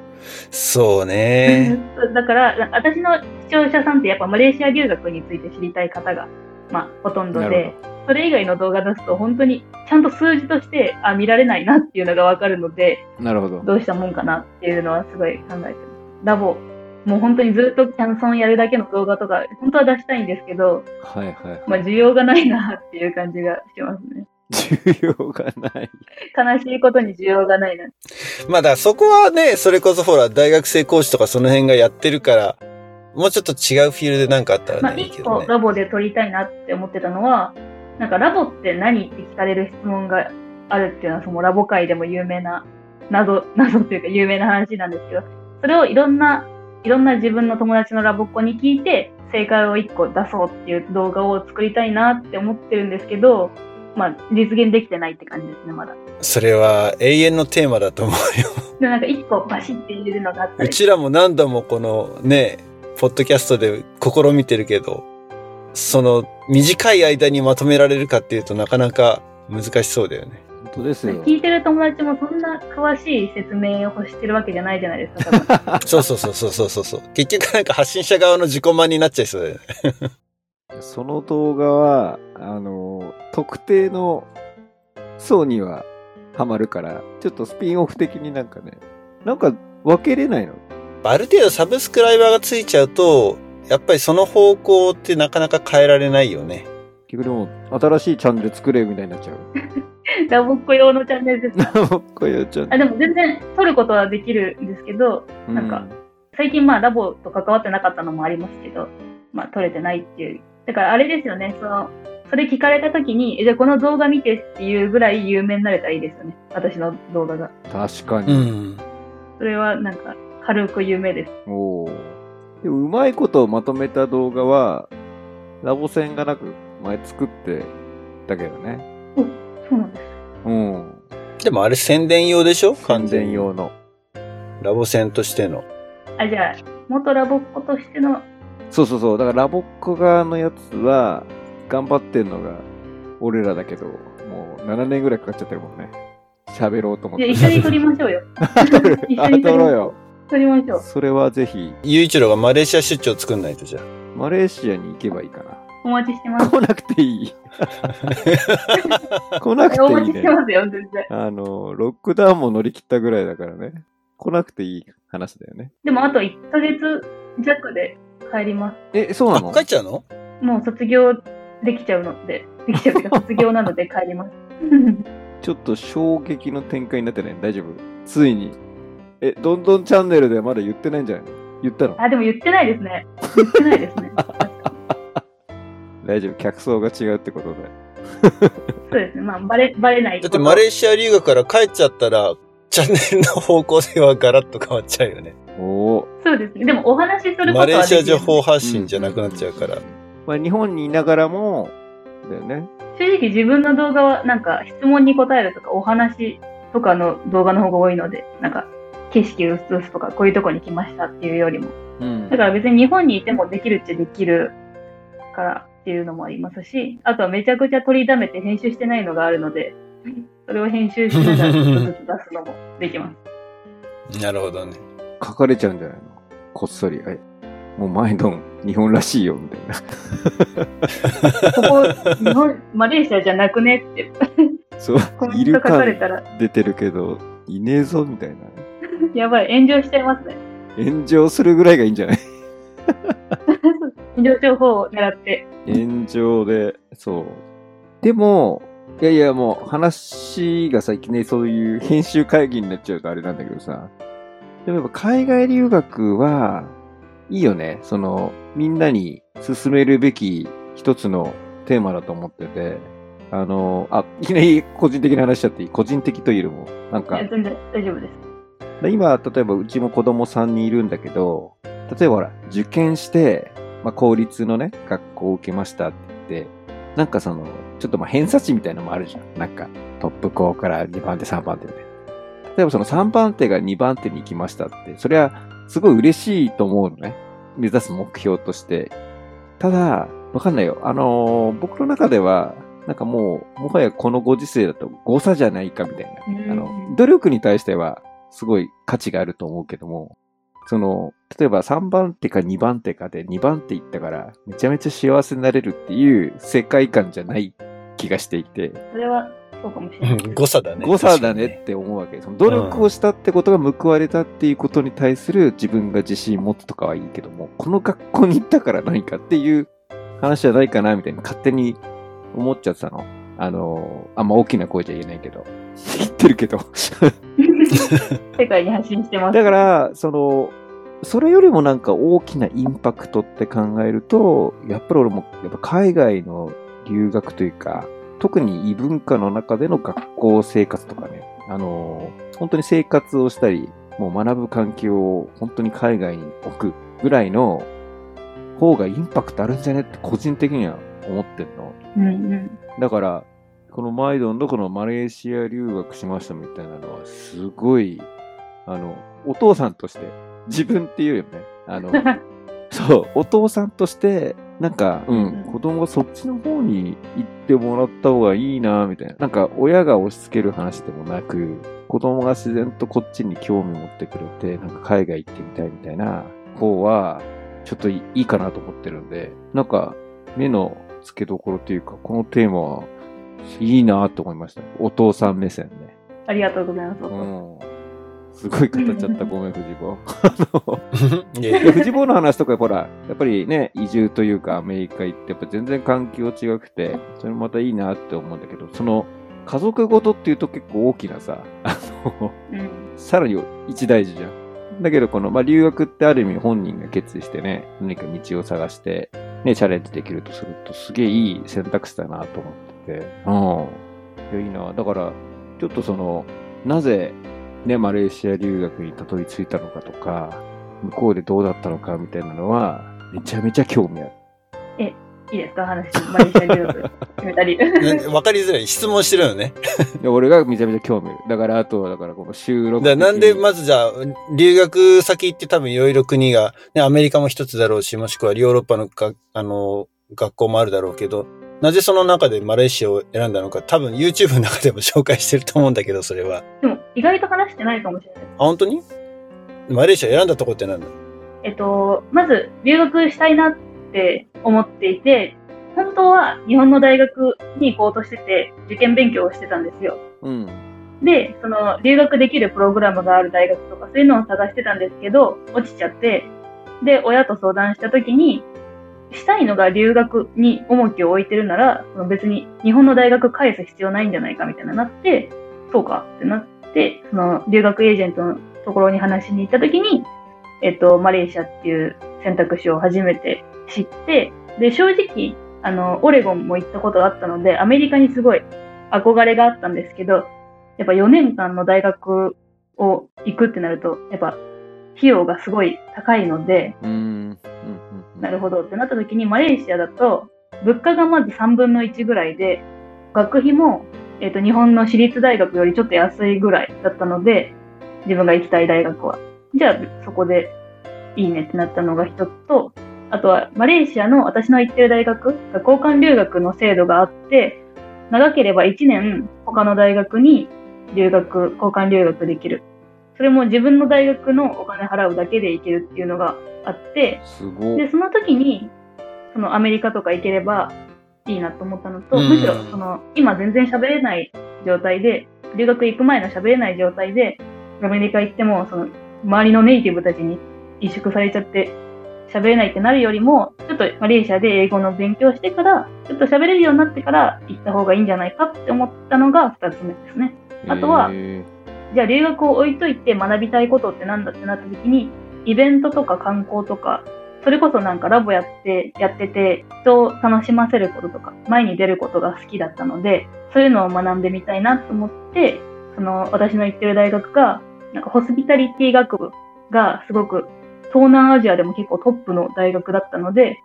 [SPEAKER 1] そうね。
[SPEAKER 3] だから、私の視聴者さんってやっぱマレーシア留学について知りたい方が、まあ、ほとんど
[SPEAKER 2] なる
[SPEAKER 3] で、それ以外の動画出すと本当にちゃんと数字として、あ、見られないなっていうのがわかるので、
[SPEAKER 2] なるほど。
[SPEAKER 3] どうしたもんかなっていうのはすごい考えてます。ラボ、もう本当にずっとキャンソンやるだけの動画とか、本当は出したいんですけど、
[SPEAKER 2] はいはいはい。
[SPEAKER 3] まあ、需要がないなっていう感じがしますね。
[SPEAKER 2] 需要がない。
[SPEAKER 3] 悲しいことに需要がないな。
[SPEAKER 1] まあだからそこはね、それこそほら、大学生講師とかその辺がやってるから、もうちょっと違うフィールドでなんかあった
[SPEAKER 3] まあ、
[SPEAKER 1] らね、いいけ
[SPEAKER 3] 一
[SPEAKER 1] ど
[SPEAKER 3] 個
[SPEAKER 1] ね。
[SPEAKER 3] ラボで撮りたいなって思ってたのは、なんかラボって何って聞かれる質問があるっていうのは、そのラボ界でも有名な、謎、謎というか有名な話なんですけど、それをいろんな、いろんな自分の友達のラボっ子に聞いて、正解を一個出そうっていう動画を作りたいなって思ってるんですけど、まあ、実現できてないって感じですね、まだ。
[SPEAKER 1] それは永遠のテーマだと思うよ。
[SPEAKER 3] で、なんか一個バシッて入れるのがあった
[SPEAKER 1] う
[SPEAKER 3] り、
[SPEAKER 1] ちらも何度もこのね、ポッドキャストで試みてるけど、その短い間にまとめられるかっていうとなかなか難しそうだよね。
[SPEAKER 2] 本当ですよ。
[SPEAKER 3] 聞いてる友達もそんな詳しい説明を欲してるわけじゃないじゃないですか多分。
[SPEAKER 1] そうそうそうそうそうそうそう。 結局なんか発信者側の自己満になっちゃいそうだよね。
[SPEAKER 2] その動画は、あの、特定の層にはハマるから、ちょっとスピンオフ的になんかね、なんか分けれないの。
[SPEAKER 1] ある程度サブスクライバーがついちゃうと、やっぱりその方向ってなかなか変えられないよね。
[SPEAKER 2] 結局でも、新しいチャンネル作れみたいになっちゃう。
[SPEAKER 3] ラボっ子用のチャンネルです。
[SPEAKER 2] こういうチャンネ
[SPEAKER 3] あでも全然撮ることはできるんですけど、
[SPEAKER 2] ル。
[SPEAKER 3] なんか最近まあラボと関わってなかったのもありますけど、まあ撮れてないっていう。だからあれですよね、その、それ聞かれた時に、えじゃあこの動画見てっていうぐらい有名になれたらいいですよね。私の動画が。
[SPEAKER 2] うん確か
[SPEAKER 1] う
[SPEAKER 2] に。
[SPEAKER 1] ん。
[SPEAKER 3] それはなんか軽く有名です。
[SPEAKER 2] おーでもうまいことをまとめた動画は、ラボ戦がなく前作ってたけどね。
[SPEAKER 3] そうなんです。
[SPEAKER 2] うん。
[SPEAKER 1] でもあれ宣伝用でしょ
[SPEAKER 2] 完
[SPEAKER 1] 完全
[SPEAKER 2] 全
[SPEAKER 1] 用。
[SPEAKER 2] 用の。
[SPEAKER 1] ラボ戦としての。
[SPEAKER 3] あ、じゃあ、元ラボっ子としての
[SPEAKER 2] そうそうそう。だからラボっ子側のやつは、頑張ってんのが、俺らだけど、もう7年ぐらいかかっちゃってるもんね。喋ろうと思っ
[SPEAKER 3] いや
[SPEAKER 2] て。
[SPEAKER 3] 一緒に撮りましょ うよ。一緒
[SPEAKER 2] あ、
[SPEAKER 3] に撮
[SPEAKER 2] 撮ろう
[SPEAKER 3] りましょ
[SPEAKER 2] よ。
[SPEAKER 3] う。撮りましょう。
[SPEAKER 2] それはぜひ、
[SPEAKER 1] ゆういちろうがマレーシア出張作んないとじゃあ。
[SPEAKER 2] マレーシアに行けばいいかな。
[SPEAKER 3] お待ちしてます。
[SPEAKER 2] 来なくて いい。来なく
[SPEAKER 3] お
[SPEAKER 2] てい
[SPEAKER 3] 待
[SPEAKER 2] い
[SPEAKER 3] ちして
[SPEAKER 2] ね。
[SPEAKER 3] ますよ、全然。
[SPEAKER 2] あの、ロックダウンも乗り切ったぐらいだからね。来なくていい話だよね。
[SPEAKER 3] でもあと1ヶ月弱で帰ります。
[SPEAKER 2] え、そうなの
[SPEAKER 1] あ、帰っちゃうの
[SPEAKER 3] もう卒業できちゃうので、できちゃう けど、卒業なので帰ります。
[SPEAKER 2] ちょっと衝撃の展開になってない大丈夫ついに。え、どんどんチャンネルではまだ言ってないんじゃないの言ったの
[SPEAKER 3] あ、でも言ってないですね。言ってないですね。
[SPEAKER 2] 大丈夫客層が違うってことで。
[SPEAKER 3] そうですね。まあ、バレ、バレない
[SPEAKER 1] だ
[SPEAKER 3] こ
[SPEAKER 1] って
[SPEAKER 3] と。
[SPEAKER 1] マレーシア留学から帰っちゃったら、チャンネルの方向性はガラッと変わっちゃうよね。
[SPEAKER 2] おお。
[SPEAKER 3] そうですね。でもお話しすること
[SPEAKER 1] マ
[SPEAKER 3] はでき
[SPEAKER 1] レ
[SPEAKER 3] る
[SPEAKER 1] ーシア情報発信じゃなくなっちゃうから。。
[SPEAKER 2] まあ日本にいながらも、だよね。
[SPEAKER 3] 正直自分の動画はなんか質問に答えるとかお話とかの動画の方が多いので、なんか景色を映すとかこういうとこに来ましたっていうよりも。
[SPEAKER 2] うん
[SPEAKER 3] だから別に日本にいてもできるっちゃできるからっていうのもありますし、あとはめちゃくちゃ取りだめて編集してないのがあるので、それを編集しながらちょっとずつ出すのもできます。
[SPEAKER 1] なるほどね。
[SPEAKER 2] 書かれちゃうんじゃないのこっそり。はい。もう毎度日本らしいよ、みたいな。
[SPEAKER 3] ここ、日本、マレーシアじゃなくねって
[SPEAKER 2] そう
[SPEAKER 3] コ、メ
[SPEAKER 2] い
[SPEAKER 3] ント
[SPEAKER 2] る
[SPEAKER 3] 書か
[SPEAKER 2] か
[SPEAKER 3] れたら、
[SPEAKER 2] 出てるけど、いねえぞ、みたいな。
[SPEAKER 3] やばい、炎上しちゃいますね。
[SPEAKER 2] 炎上するぐらいがいいんじゃない
[SPEAKER 3] 炎上情報を狙って。
[SPEAKER 2] 炎上で、そう。でも、いやいや、もう話がさ、いきなりそういう編集会議になっちゃうとあれなんだけどさ。でもやっぱ海外留学は、いいよね。その、みんなに進めるべき一つのテーマだと思ってて。あの、あ、いきなり個人的な話しちゃっていい個人的というよりも、なん
[SPEAKER 3] い
[SPEAKER 2] か
[SPEAKER 3] や、全然大丈夫です。
[SPEAKER 2] で今、例えばうちも子供3人いるんだけど、例えばほら、受験して、まあ、公立のね、学校を受けましたって言って、なんかその、ちょっとまあ偏差値みたいなのもあるじゃん。なんか、トップ校から2番手、3番手みたいな。例えばその3番手が2番手に行きましたって、それはすごい嬉しいと思うのね。目指す目標として。ただ、わかんないよ。あのー僕の中では、なんかもう、もはやこのご時世だと誤差じゃないかみたいな。あの
[SPEAKER 3] うん、
[SPEAKER 2] 努力に対しては、すごい価値があると思うけども、その、例えば3番手か2番手かで2番手行ったから、めちゃめちゃ幸せになれるっていう世界観じゃない気がしていて、
[SPEAKER 3] それはそうかもしれ
[SPEAKER 1] う
[SPEAKER 3] ない。
[SPEAKER 1] ん誤差だね。
[SPEAKER 2] 誤差だねって思うわけ。その努力をしたってことが報われたっていうことに対する自分が自信持つとかはいいけども、この学校に行ったから何かっていう話じゃないかなみたいに勝手に思っちゃってたの。ああの、あんま大きな声じゃ言えないけど、 言ってるけど。
[SPEAKER 3] 世界に発信してます。
[SPEAKER 2] だから、その、それよりもなんか大きなインパクトって考えると、やっぱり俺も、やっぱ海外の留学というか、特に異文化の中での学校生活とかね、あの、本当に生活をしたり、もう学ぶ環境を本当に海外に置くぐらいの方がインパクトあるんじゃねって個人的には思ってんの。
[SPEAKER 3] うんうん。
[SPEAKER 2] だから、このマイドンのこのマレーシア留学しましたみたいなのは、すごい、あの、お父さんとして、自分っていうよね。あの、そう、お父さんとして、なんか、う
[SPEAKER 3] うん
[SPEAKER 2] ん、子供はそっちの方に行ってもらった方がいいな、みたいな。なんか、親が押し付ける話でもなく、子供が自然とこっちに興味持ってくれて、なんか海外行ってみたいみたいな方は、ちょっといいいかなと思ってるんで、なんか、目の付けどころというか、このテーマは、いいなと思いました。お父さん目線ね。
[SPEAKER 3] ありがとうございます。
[SPEAKER 2] うん。すごい語っちゃった。ごめん、藤坊。
[SPEAKER 1] いやい
[SPEAKER 2] い
[SPEAKER 1] や
[SPEAKER 2] や、藤坊の話とか、ほら、やっぱりね、移住というか、アメリカ行って、やっぱ全然環境違くて、それもまたいいなって思うんだけど、その、家族ごとっていうと結構大きなさ、あの、
[SPEAKER 3] うん。
[SPEAKER 2] さらに一大事じゃん。だけど、この、まあ、留学ってある意味本人が決意してね、何か道を探して、ね、チャレンジできるとすると、すげえいい選択肢だなと思ってて、うん。いや、いいな。だから、ちょっとその、なぜ、ね、マレーシア留学にたどり着いたのかとか、向こうでどうだったのかみたいなのは、めちゃめちゃ興味ある。
[SPEAKER 3] いいですか話。マレーシア留学決めた り。
[SPEAKER 1] なわかりづらい。質問してるのね。
[SPEAKER 2] で俺がめちゃめちゃ興味ある。だから、あとは、だからこの収録
[SPEAKER 1] だか
[SPEAKER 2] 的
[SPEAKER 1] らな
[SPEAKER 2] に。
[SPEAKER 1] んで、まずじゃあ、留学先行って多分いろいろ国が、ね、アメリカも一つだろうし、もしくはヨーロッパのか、あの、学校もあるだろうけど、なぜその中でマレーシアを選んだのか、多分 YouTube の中でも紹介してると思うんだけど、それは。
[SPEAKER 3] でも、意外と話してないかもしれない。
[SPEAKER 1] あ、本当にマレーシア選んだとこってなんだ
[SPEAKER 3] えっと、まず留学したいなって思っていて、本当は日本の大学に行こうとしてて、受験勉強をしてたんですよ。
[SPEAKER 2] うん。
[SPEAKER 3] で、その留学できるプログラムがある大学とかそういうのを探してたんですけど、落ちちゃって、で、親と相談した時に、したいのが留学に重きを置いてるなら、その別に日本の大学返す必要ないんじゃないかみたいななって、そうかってなって、その留学エージェントのところに話しに行った時に、えっと、マレーシアっていう選択肢を初めて知って、で、正直、あの、オレゴンも行ったことがあったので、アメリカにすごい憧れがあったんですけど、やっぱ4年間の大学を行くってなると、やっぱ費用がすごい高いので、
[SPEAKER 2] うん。うん。うん
[SPEAKER 3] なるほどってなった時にマレーシアだと物価がまず3分の1ぐらいで学費も、えっと日本の私立大学よりちょっと安いぐらいだったので自分が行きたい大学はじゃあそこでいいねってなったのが一つとあとはマレーシアの私の行ってる大学が交換留学の制度があって長ければ1年他の大学に留学交換留学できるそれも自分の大学のお金払うだけで行けるっていうのがあって
[SPEAKER 2] すご
[SPEAKER 3] で
[SPEAKER 2] い。
[SPEAKER 3] その時にそのアメリカとか行ければいいなと思ったのと、
[SPEAKER 1] うん
[SPEAKER 3] むしろその今全然喋れない状態で留学行く前の喋れない状態でアメリカ行ってもその周りのネイティブたちに萎縮されちゃって喋れないってなるよりもちょっとマレーシアで英語の勉強してからちょっと喋れるようになってから行った方がいいんじゃないかって思ったのが2つ目ですね。あとは
[SPEAKER 2] え
[SPEAKER 3] じゃあ留学を置いといて学びたいことってなんだってなった時にイベントとか観光とかそれこそなんかラボやってやってて人を楽しませることとか前に出ることが好きだったのでそういうのを学んでみたいなと思ってその私の行ってる大学がなんかホスピタリティ学部がすごく東南アジアでも結構トップの大学だったので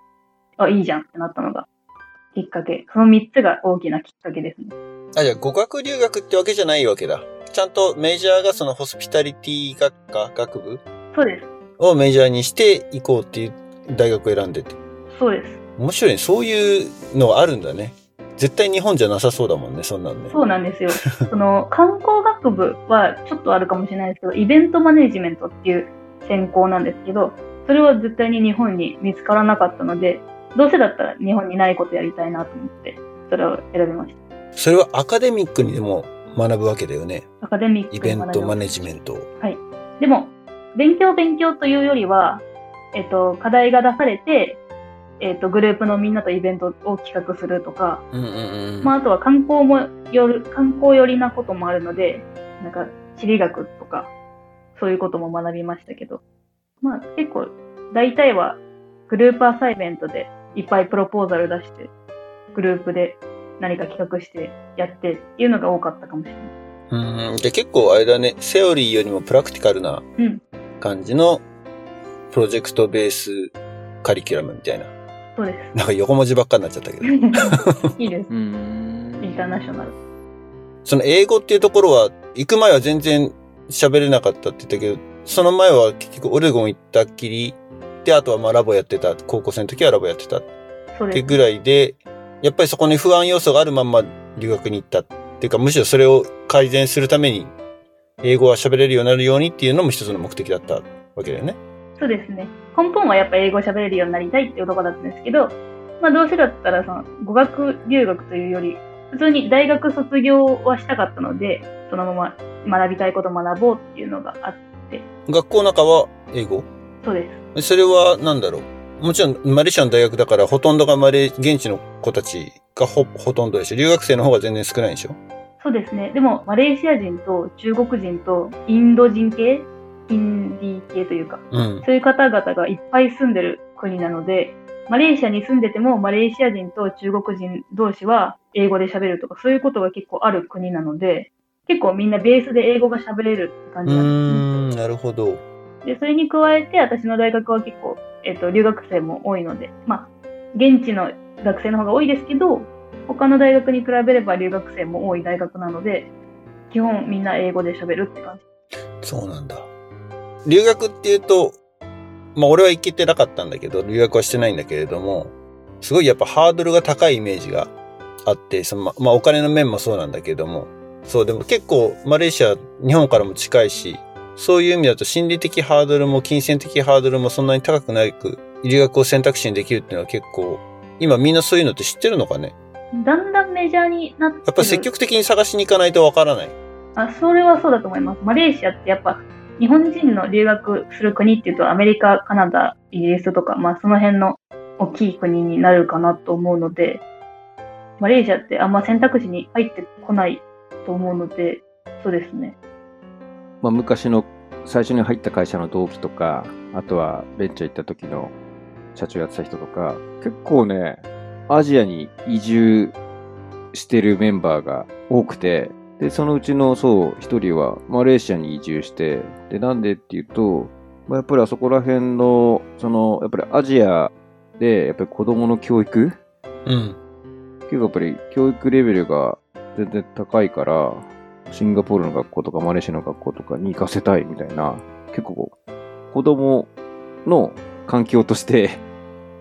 [SPEAKER 3] あいいじゃんってなったのがきっかけその3つが大きなきっかけですね。
[SPEAKER 1] あ、じゃあ語学留学ってわけじゃないわけだ。ちゃんとメジャーがそのホスピタリティ学科、学部
[SPEAKER 3] そうです
[SPEAKER 1] をメジャーにして行こうっていう大学を選んでて。
[SPEAKER 3] そうです
[SPEAKER 1] 面白いね。そういうのあるんだね。絶対日本じゃなさそうだもんね、そんなんね。
[SPEAKER 3] そうなんですよ。 その観光学部はちょっとあるかもしれないですけど、イベントマネジメントっていう専攻なんですけど、それは絶対に日本に見つからなかったので、どうせだったら日本にないことやりたいなと思って、それを選びまし
[SPEAKER 1] それはアカデミックにでも学ぶわけだよね。
[SPEAKER 3] た。アカデミック
[SPEAKER 1] イベントマネジ
[SPEAKER 3] ン
[SPEAKER 1] メントを。
[SPEAKER 3] ト。でも、勉強勉強というよりは、えっと、課題が出されて、えっとグループのみんなとイベントを企画するとか、
[SPEAKER 1] うんうんうん。
[SPEAKER 3] まあ、あとは観光もよる観光寄りなこともあるのでなんか地理学とかそういうことも学びましたけど、まあ、結構大体はグループアサイメントでいっぱいプロポーザル出してグループで何か企画してやってっていうのが多かったかもしれない。
[SPEAKER 1] うんうん。じゃあ結構あれだね、セオリーよりもプラクティカルな
[SPEAKER 3] うん
[SPEAKER 1] 感じのプロジェクトベースカリキュラムみたいな。
[SPEAKER 3] そうで
[SPEAKER 1] なんか横文字ばっかになっちゃったけど。
[SPEAKER 3] す。いいです。
[SPEAKER 2] うーん
[SPEAKER 3] インターナショナル。
[SPEAKER 1] その英語っていうところは、行く前は全然喋れなかったって言ったけど、その前は結局オレゴン行ったっきり、で、あとはまあラボやってた、高校生の時はラボやってたっ
[SPEAKER 3] そう
[SPEAKER 1] て
[SPEAKER 3] です。
[SPEAKER 1] ぐらいで、やっぱりそこに不安要素があるまんま留学に行ったっていうか、むしろそれを改善するために、英語は喋れるようになるようにっていうのも一つの目的だったわけだよね。
[SPEAKER 3] そうですね。根本はやっぱ英語喋れるようになりたいっていうとこだったんですけど、まあどうせだったらその語学留学というより、普通に大学卒業はしたかったので、そのまま学びたいことを学ぼうっていうのがあって、
[SPEAKER 1] 学校の中は英語
[SPEAKER 3] そうです。
[SPEAKER 1] それはなんだろう。もちろん、マレーシアの大学だから、ほとんどがマレー、現地の子たちがほ、ほとんどでしょ。留学生の方が全然少ないでしょ。
[SPEAKER 3] そうですね。でも、マレーシア人と中国人とインド人系、インディー系というか、
[SPEAKER 1] うん。
[SPEAKER 3] そういう方々がいっぱい住んでる国なので、マレーシアに住んでても、マレーシア人と中国人同士は英語で喋るとか、そういうことが結構ある国なので、結構みんなベースで英語が喋れるって感
[SPEAKER 1] うー
[SPEAKER 3] じなんで
[SPEAKER 1] ん、なるほど。
[SPEAKER 3] すね。で、それに加えて、私の大学は結構、えっ、と、留学生も多いので、まあ、現地の学生の方が多いですけど、他の大学に比べれば留学生も多い大学なので、基本みんな英語で喋るって感じ。
[SPEAKER 1] そうなんだ。留学っていうと、まあ俺は行けてなかったんだけど、留学はしてないんだけれども、すごいやっぱハードルが高いイメージがあって、そのままあお金の面もそうなんだけれども、そうでも結構マレーシア、日本からも近いし、そういう意味だと心理的ハードルも金銭的ハードルもそんなに高くなく、留学を選択肢にできるっていうのは結構、今みんなそういうのって知ってるのかね
[SPEAKER 3] だんだんメジャーになってる
[SPEAKER 1] やっぱり積極的に探しに行かないとわからない。
[SPEAKER 3] あそれはそうだと思います。マレーシアってやっぱ日本人の留学する国っていうとアメリカ、カナダ、イギリスとか、まあ、その辺の大きい国になるかなと思うのでマレーシアってあんま選択肢に入ってこないと思うのでそうですね。
[SPEAKER 2] まあ、昔の最初に入った会社の同期とか、あとはベンチャー行った時の社長やってた人とか、結構ね、アジアに移住してるメンバーが多くて、で、そのうちの、そう、一人はマレーシアに移住して、で、なんでっていうと、まあ、やっぱりあそこら辺の、その、やっぱりアジアで、やっぱり子供の教育
[SPEAKER 1] うん。
[SPEAKER 2] 結構やっぱり教育レベルが全然高いから、シンガポールの学校とかマレーシアの学校とかに行かせたいみたいな、結構こう子供の環境として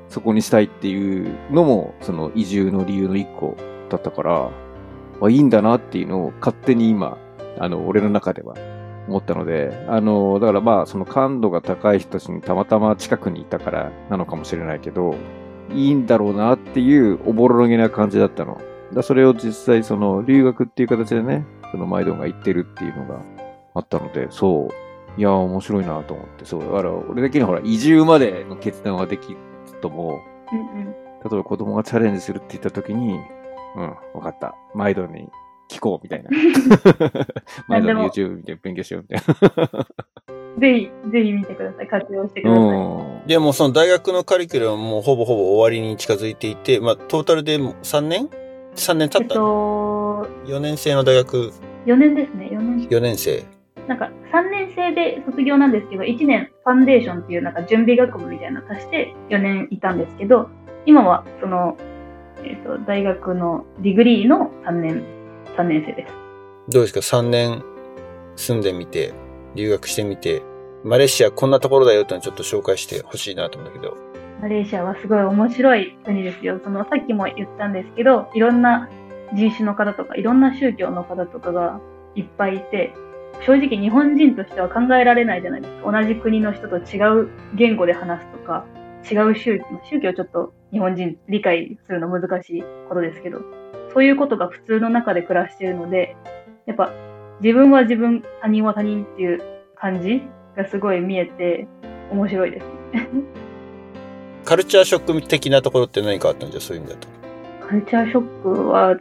[SPEAKER 2] そこにしたいっていうのも、その移住の理由の一個だったから、まあ、いいんだなっていうのを勝手に今、あの、俺の中では思ったので、あの、だからまあ、その感度が高い人たちにたまたま近くにいたからなのかもしれないけど、いいんだろうなっていうおぼろげな感じだったの。だそれを実際その留学っていう形でね、そのマイドンが行ってるっていうのがあったので、そう。いやー、面白いなと思って、そう。だから、俺だけにほら、移住までの決断はできつつとも、
[SPEAKER 3] うんうん、
[SPEAKER 2] 例えば子供がチャレンジするって言った時に、うん、わかった。マイドンに聞こう、みたい な。マイドンの YouTube 見て勉強しよう、みたいな。
[SPEAKER 3] ぜひぜひ見てください活用してください。
[SPEAKER 2] うん。
[SPEAKER 1] でもうその大学のカリキュラムもほぼほぼ終わりに近づいていて、まあトータルでもう3年 ?3 年経
[SPEAKER 3] え
[SPEAKER 1] っ、
[SPEAKER 3] ったと
[SPEAKER 1] ?4 年生の大学、
[SPEAKER 3] 4年ですね4年
[SPEAKER 1] 4年生。
[SPEAKER 3] なんか3年生で卒業なんですけど、1年ファンデーションっていうなんか準備学部みたいなの足して4年いたんですけど、今はその、えっと大学のディグリーの3年、3年生です。
[SPEAKER 1] どうですか ?3 年住んでみて、留学してみて、マレーシアこんなところだよってのをちょっと紹介してほしいなと思うんだけど。
[SPEAKER 3] マレーシアはすごい面白い国ですよ。そのさっきも言ったんですけど、いろんな人種の方とか、いろんな宗教の方とかがいっぱいいて、正直日本人としては考えられないじゃないですか。同じ国の人と違う言語で話すとか、違う宗教、宗教ちょっと日本人理解するの難しいことですけど、そういうことが普通の中で暮らしているので、やっぱ自分は自分、他人は他人っていう感じがすごい見えて面白いです。
[SPEAKER 1] カルチャーショック的なところって何かあったんじゃ、そういう意味だと。
[SPEAKER 3] カルチャーショックは、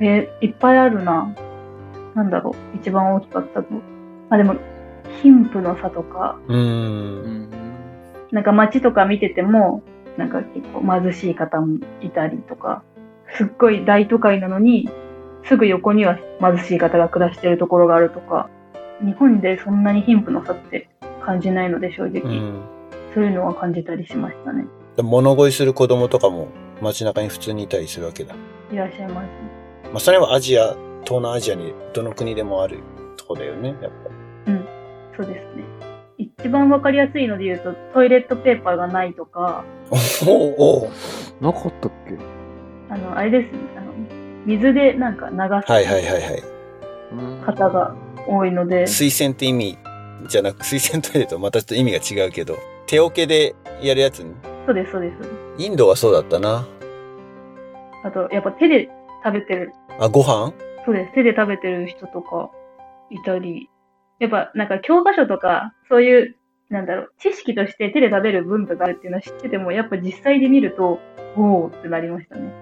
[SPEAKER 3] えーいっぱいあるな。なんだろう、一番大きかったの。あ、でも、貧富の差とか、
[SPEAKER 1] う
[SPEAKER 2] う
[SPEAKER 1] ーん。
[SPEAKER 2] ん。
[SPEAKER 3] なんか街とか見てても、なんか結構貧しい方もいたりとか、すっごい大都会なのに、すぐ横には貧しい方が暮らしてるところがあるとか、日本でそんなに貧富の差って感じないので正直、
[SPEAKER 1] うん。
[SPEAKER 3] そういうのは感じたりしましたね。
[SPEAKER 1] 物乞いする子供とかも街中に普通にいたりするわけだ。
[SPEAKER 3] いらっしゃいます。
[SPEAKER 1] まあ、それはアジア、東南アジアにどの国でもあるとこだよね、やっぱ。
[SPEAKER 3] そうですね。一番わかりやすいので言うと、トイレットペーパーがないとか、
[SPEAKER 1] おうおう
[SPEAKER 2] なかったっけ
[SPEAKER 3] あの、あれですね、あの、水でなんか流
[SPEAKER 1] はいはいはいはい。
[SPEAKER 3] 方がす多いので、
[SPEAKER 1] 水洗って意味じゃなく、水洗トイレとまたちょっと意味が違うけど、手桶でやるやつね。
[SPEAKER 3] そうです、そうです。
[SPEAKER 1] インドはそうだったな。
[SPEAKER 3] あと、やっぱ手で食べてる
[SPEAKER 1] あ、ご飯
[SPEAKER 3] そうです。手で食べてる人とかいたり、やっぱなんか教科書とか、そういう、なんだろう、知識として手で食べる文化があるっていうのは知ってても、やっぱ実際で見ると、おーってなりましたね。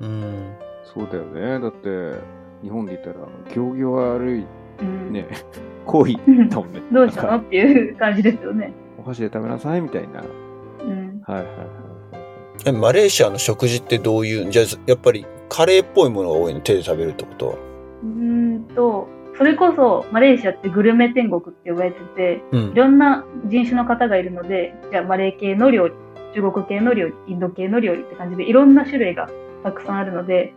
[SPEAKER 1] うん。
[SPEAKER 2] そうだよね。だって、日本で言ったら、行儀悪い
[SPEAKER 3] うん。
[SPEAKER 2] ね、 行為
[SPEAKER 3] うん。
[SPEAKER 2] だもんね
[SPEAKER 3] どうしたの
[SPEAKER 2] なん
[SPEAKER 3] っ
[SPEAKER 2] か
[SPEAKER 3] ていう感じですよね。
[SPEAKER 2] お箸で食べなさいみたいな。はい
[SPEAKER 3] うん。
[SPEAKER 2] はいは
[SPEAKER 1] え、マレーシアの食事ってどういう、じゃあ、やっぱりカレーっぽいものが多いの手で食べるってことは。
[SPEAKER 3] うーんと、それこそマレーシアってグルメ天国って呼ばれてて、
[SPEAKER 1] う
[SPEAKER 3] い
[SPEAKER 1] ん。
[SPEAKER 3] ろんな人種の方がいるので、じゃあマレー系の料理、中国系の料理、インド系の料理って感じでいろんな種類がたくさんあるので、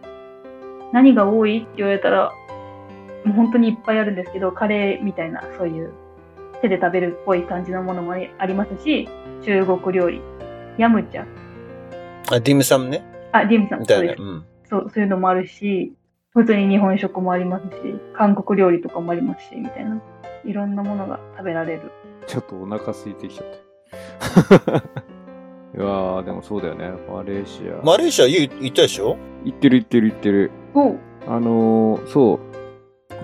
[SPEAKER 3] 何が多いって言われたら、もう本当にいっぱいあるんですけど、カレーみたいなそういう手で食べるっぽい感じのものもありますし、中国料理、ヤムチャ、
[SPEAKER 1] あ、ディムサムね。
[SPEAKER 3] あ、ディムさん、
[SPEAKER 1] み
[SPEAKER 3] そ
[SPEAKER 1] た
[SPEAKER 3] う
[SPEAKER 1] い
[SPEAKER 3] で
[SPEAKER 1] な。
[SPEAKER 3] す
[SPEAKER 1] うん。
[SPEAKER 3] そうそういうのもあるし、普通に日本食もありますし、韓国料理とかもありますし、みたいな。いろんなものが食べられる。
[SPEAKER 2] い。ちょっとお腹空いてきちゃって。 いやー、でもそうだよね。マレーシア。
[SPEAKER 1] マレーシア言う行ったでしょ
[SPEAKER 2] 行ってる行ってる行ってる。
[SPEAKER 3] お
[SPEAKER 2] あのーそう。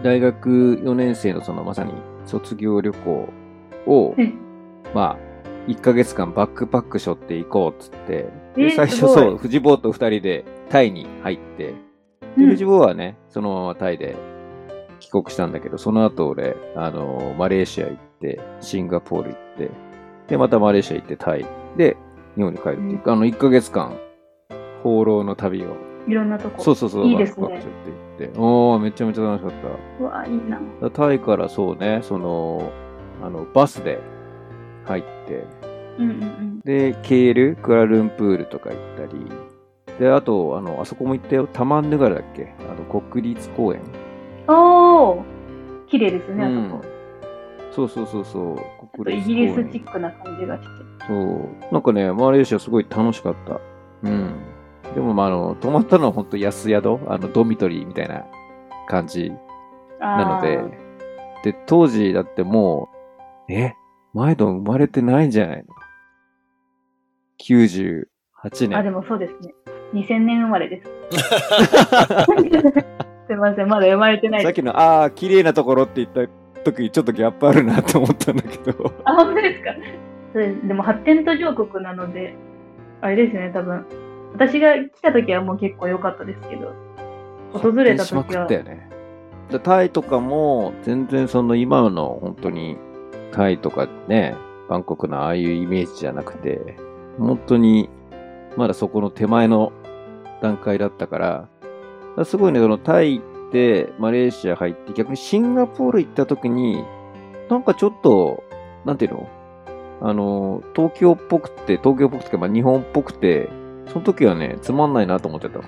[SPEAKER 2] 大学4年生のそのまさに卒業旅行を、
[SPEAKER 3] え
[SPEAKER 2] まあ、1ヶ月間バックパックしょって行こうっつって、で
[SPEAKER 3] え
[SPEAKER 2] 最初
[SPEAKER 3] すごい
[SPEAKER 2] そう、フジボーと2人でタイに入って、で、フジボーはね、そのままタイで帰国したんだけど、その後俺、あのーマレーシア行って、シンガポール行って、で、またマレーシア行ってタイ、で、日本に帰るっていう、あの、1ヶ月間、放浪の旅を
[SPEAKER 3] いろんなとこ。
[SPEAKER 2] そうそうそう、
[SPEAKER 3] いいですね
[SPEAKER 2] バックパックしょって言って。おー、めちゃめちゃ楽しかった。だか
[SPEAKER 3] うわ、いいな。
[SPEAKER 2] らタイからそうね、その、あの、バスで入って、
[SPEAKER 3] うんうんうん。
[SPEAKER 2] で、ケール、クアラルンプールとか行ったり、で、あと、あの、あそこも行ったよ、タマンヌガラだっけあの、国立公園。
[SPEAKER 3] おー綺麗ですね、あそこ。
[SPEAKER 2] そうそうそうそう、
[SPEAKER 3] ちょっとイギリスチックな感じがして。
[SPEAKER 2] そう。なんかね、マレーシアすごい楽しかった。うん。でも、まあ、あの、泊まったのは本当安宿、あの、ドミトリーみたいな感じなの
[SPEAKER 3] あ
[SPEAKER 2] で
[SPEAKER 3] ー、
[SPEAKER 2] で、当時だってもう、え、マイドン生まれてないんじゃないの ?98
[SPEAKER 3] あ、
[SPEAKER 2] 年。
[SPEAKER 3] でもそうですね。2000年生ま れです。 すいません、まだ生まれてない
[SPEAKER 2] さっ
[SPEAKER 3] です。
[SPEAKER 2] きの、ああ、綺麗なところって言った時にちょっとギャップあるなと思ったんだけど。
[SPEAKER 3] あ、本当ですか。そうですでも発展途上国なので、あれですね、多分。私が来た時はもう結構良かったですけど、訪れた時は
[SPEAKER 2] 発展しまくったよね。でタイとかも、全然その今の本当に、タイとかね、バンコクのああいうイメージじゃなくて、本当に、まだそこの手前の段階だったから、だからすごいね、そのタイ行って、マレーシア入って、逆にシンガポール行った時に、なんかちょっと、なんていうのあの、東京っぽくて、東京っぽくて、まあ日本っぽくて、その時はね、つまんないなと思っちゃった。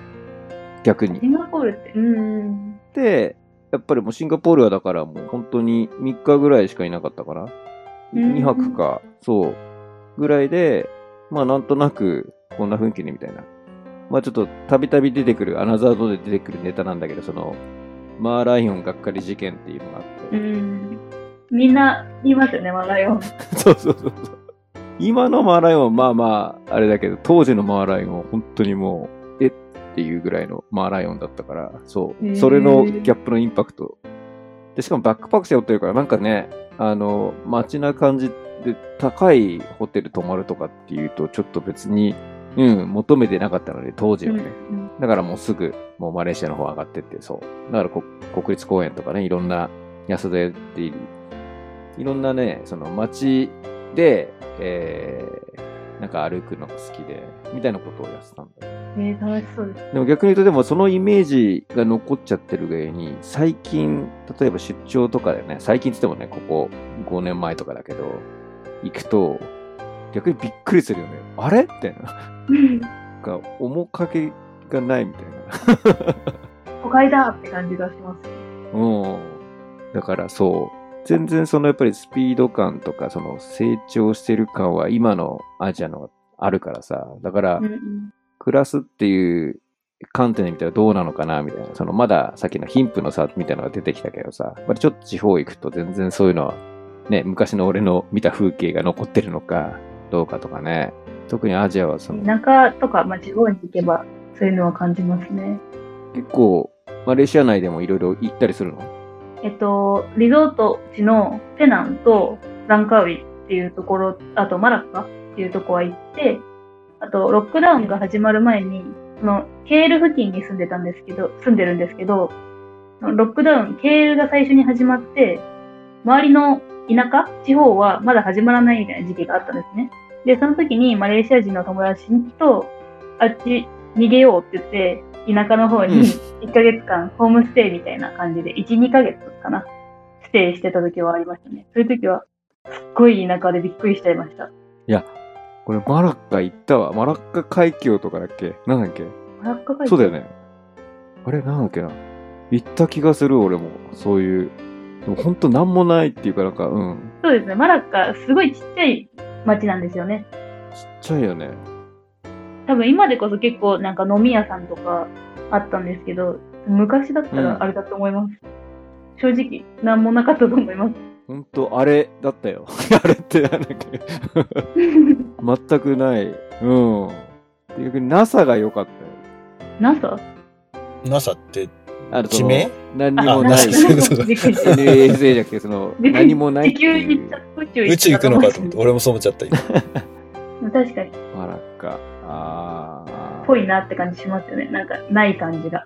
[SPEAKER 2] 逆に
[SPEAKER 3] シ。ンガポールって、うーん。
[SPEAKER 2] で、やっぱりもうシンガポールはだからもう本当に3日ぐらいしかいなかったから、
[SPEAKER 3] うん
[SPEAKER 2] 2泊か、そう、ぐらいで、まあなんとなくこんな雰囲気ねみたいな。まあちょっとたびたび出てくる、アナザードで出てくるネタなんだけど、その、マーライオンがっかり事件っていうのがあ
[SPEAKER 3] う
[SPEAKER 2] っ
[SPEAKER 3] ん。みんな言いますよね、マライオン。
[SPEAKER 2] て。 そうそうそうそう。今のマーライオンはまあまあ、あれだけど、当時のマーライオンは本当にもう、えっていうぐらいのマーライオンだったから、そ
[SPEAKER 3] へー
[SPEAKER 2] う、それのギャップのインパクト。で、しかもバックパック背負ってるから、なんかね、あの、街な感じで、高いホテル泊まるとかっていうと、ちょっと別に、うん、求めてなかったので、当時はね。
[SPEAKER 3] うん
[SPEAKER 2] だからもうすぐ、もうマレーシアの方上がってって、そう。だからこ国立公園とかね、いろんな安田屋っていう、いろんなね、その街で、えー、なんか歩くのが好きで、みたいなことをやってたんだよ。
[SPEAKER 3] うんえー楽しそうです。
[SPEAKER 2] でも逆に言うと、でもそのイメージが残っちゃってるがゆえに、最近、例えば出張とかでね、最近って言ってもね、ここ5年前とかだけど、行くと、逆にびっくりするよね。あれみたいな。なんか、面影がないみたいな。
[SPEAKER 3] 都会だって感じがします。
[SPEAKER 2] うん。だからそう。全然そのやっぱりスピード感とか、その成長してる感は今のアジアのあるからさ。だから
[SPEAKER 3] うん、うん
[SPEAKER 2] 暮らすっていう観点で見たらどうなのかな、みたいな。そのまださっきの貧富の差みたいなのが出てきたけどさ。やっぱりちょっと地方行くと全然そういうのは、ね、昔の俺の見た風景が残ってるのか、どうかとかね。特にアジアはその、
[SPEAKER 3] 田舎とか、まあ、地方に行けば、そういうのは感じますね。
[SPEAKER 2] 結構、マレーシア内でもいろいろ行ったりするの
[SPEAKER 3] えっと、リゾート地のペナンとランカウイっていうところ、あとマラッカっていうところは行って、あとロックダウンが始まる前に、そのケール付近に住んでたんですけど、住んでるんですけど、そのロックダウン、ケールが最初に始まって、周りの田舎、地方はまだ始まらないみたいな時期があったんですね。で、その時にマレーシア人の友達と、あっち逃げようって言って、田舎の方
[SPEAKER 2] うん
[SPEAKER 3] に1ヶ月間ホームステイみたいな感じで、1、2ヶ月かな、ステイしてた時はありましたね。そういう時は、すっごい田舎でびっくりしちゃいました。
[SPEAKER 2] これマラッカ行ったわ。マラッカ海峡とかだっけなんだっけ
[SPEAKER 3] マラッカ海
[SPEAKER 2] そ
[SPEAKER 3] 峡
[SPEAKER 2] うだよね。あれ、なんだっけな。行った気がする、俺も。そういう。でも本当なんもないっていうか、なんか、うん。
[SPEAKER 3] そうですね。マラッカ、すごいちっちゃい町なんですよね。
[SPEAKER 2] ちっちゃいよね。
[SPEAKER 3] 多分今でこそ結構なんか飲み屋さんとかあったんですけど、昔だった
[SPEAKER 2] うん
[SPEAKER 3] らあれだと思います。正直、なんもなかったと思います。
[SPEAKER 2] 本当あれだったよ。 あれってなんだっけ全くない。うん。で逆に NASA が良かったよ。
[SPEAKER 3] NASA?
[SPEAKER 1] NASA って、
[SPEAKER 2] あの
[SPEAKER 1] 地名
[SPEAKER 2] その何にも
[SPEAKER 1] あ
[SPEAKER 2] ない
[SPEAKER 1] NASA そういう ことだ
[SPEAKER 3] びっくりした
[SPEAKER 2] NSA じゃなくて、その、
[SPEAKER 3] びっくり
[SPEAKER 2] 何もないっ て
[SPEAKER 3] 地球
[SPEAKER 2] い
[SPEAKER 3] に
[SPEAKER 2] う。
[SPEAKER 3] 宇宙
[SPEAKER 1] 宇宙行くのかと思って、
[SPEAKER 3] 俺
[SPEAKER 1] 俺もそう思っちゃった 今。
[SPEAKER 3] 確かに、
[SPEAKER 2] マラッカ。あー。
[SPEAKER 3] ぽいなって感じしますよね。なんか、ない感じが。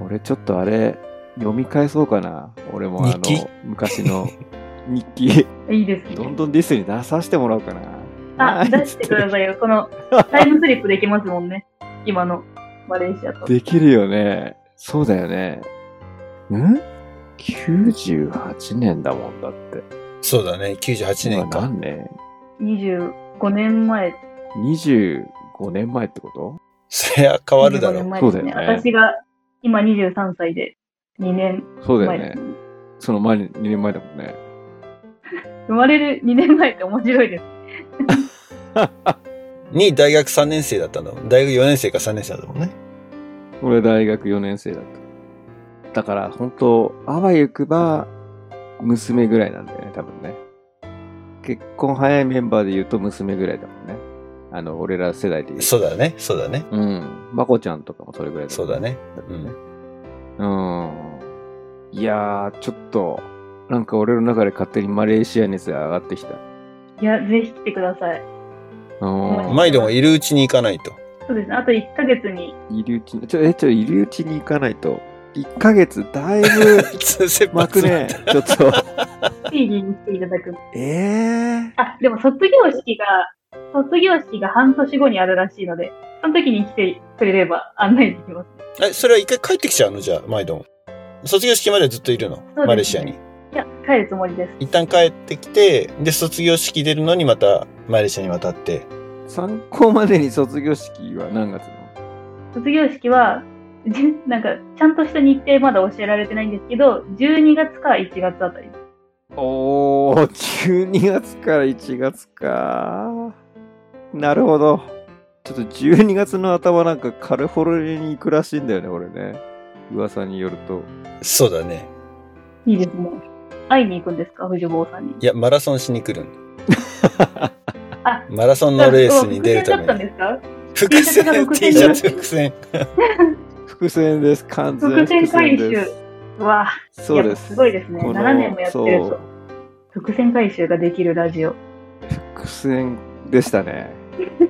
[SPEAKER 2] 俺ちょっとあれ読み返そうかな俺もあ
[SPEAKER 1] 日記
[SPEAKER 2] の昔 の日記
[SPEAKER 3] いいですね。
[SPEAKER 2] どんどんディスに出させてもらおうかな
[SPEAKER 3] あ、
[SPEAKER 2] はい
[SPEAKER 3] 出してくださいよ。この、タイムスリップできますもんね。今のマレーシアと。
[SPEAKER 2] できるよねそうだよねん ?98 年だもんだって
[SPEAKER 1] そうだね、98年
[SPEAKER 2] 今
[SPEAKER 1] か。
[SPEAKER 2] 何年
[SPEAKER 3] 25年前、
[SPEAKER 2] 25年前ってこと
[SPEAKER 1] そりゃ変わるだろ
[SPEAKER 3] 25
[SPEAKER 1] う。
[SPEAKER 3] 年前です
[SPEAKER 2] そう
[SPEAKER 3] ね。
[SPEAKER 2] だよね
[SPEAKER 3] 私が今23歳で2年
[SPEAKER 2] そうだ
[SPEAKER 3] 前
[SPEAKER 2] よ
[SPEAKER 3] です
[SPEAKER 2] ね
[SPEAKER 3] ね、
[SPEAKER 2] その前に2年前だもんね
[SPEAKER 3] 生まれる2年前って面白いです。
[SPEAKER 1] に、大学3年生だったんだもん。大学4年生か3年生だったもんね。
[SPEAKER 2] 俺大学4年生だっただから本当あわゆくば娘ぐらいなんだよね多分ね結婚早いメンバーで言うと娘ぐらいだもんねあの俺ら世代で言うと
[SPEAKER 1] そうだね、そうだね、
[SPEAKER 2] うんまこちゃんとかもそれぐらい
[SPEAKER 1] そうだね。
[SPEAKER 2] だもんねうんいやーちょっとなんか俺の中で勝手にマレーシア熱が上がってきた
[SPEAKER 3] いや、ぜひ来てください。
[SPEAKER 2] うん
[SPEAKER 1] マイドもいるうちに行かないと。
[SPEAKER 3] そうですね。あと1ヶ月に。
[SPEAKER 2] いるうちにちょえちょいるうちに行かないと1ヶ月だ いぶ
[SPEAKER 1] 切羽
[SPEAKER 2] 巻く
[SPEAKER 1] 詰ま
[SPEAKER 2] ね
[SPEAKER 1] った
[SPEAKER 2] ちょっと
[SPEAKER 3] スピーディーに来ていただく。
[SPEAKER 2] ええー
[SPEAKER 3] あ、でも卒業式が、卒業式が半年後にあるらしいので、その時に来てくれれば案内できます。
[SPEAKER 1] え、それは一回帰ってきちゃうのじゃあ、マイドン。卒業式まではずっといるの、
[SPEAKER 3] ね
[SPEAKER 1] マレーシアに。
[SPEAKER 3] いや、帰るつもりです。
[SPEAKER 1] 一旦帰ってきて、で、卒業式出るのにまた、マレーシアに渡って。
[SPEAKER 2] 参考までに卒業式は何月な
[SPEAKER 3] 卒業式は、 じゅなんか、ちゃんとした日程まだ教えられてないんですけど、12月か1月あたり。
[SPEAKER 2] のおー、12月から1月か。なるほど。ちょっと12月の頭なんかカリフォルニアに行くらしいんだよね、俺ね。噂によると。
[SPEAKER 1] そうだね。
[SPEAKER 3] いいですね。会いに行くんですか、藤坊さんに。
[SPEAKER 1] いや、マラソンしに来るの
[SPEAKER 3] あ
[SPEAKER 1] マラソンのレースに出るた
[SPEAKER 3] あ
[SPEAKER 1] めに。
[SPEAKER 3] 伏線だったんですか
[SPEAKER 1] 伏線、
[SPEAKER 3] 伏
[SPEAKER 1] T
[SPEAKER 3] 線
[SPEAKER 1] シャ
[SPEAKER 3] が伏
[SPEAKER 1] ツ
[SPEAKER 3] 線
[SPEAKER 1] 伏線。
[SPEAKER 2] 伏線です、完全
[SPEAKER 3] 伏線回
[SPEAKER 2] 伏線で
[SPEAKER 3] 収
[SPEAKER 2] す。
[SPEAKER 3] うわあ
[SPEAKER 2] そうです。
[SPEAKER 3] すごいですね。
[SPEAKER 2] この
[SPEAKER 3] 7年もやってると。伏線回収ができるラジオ。
[SPEAKER 2] 苦戦でした ね。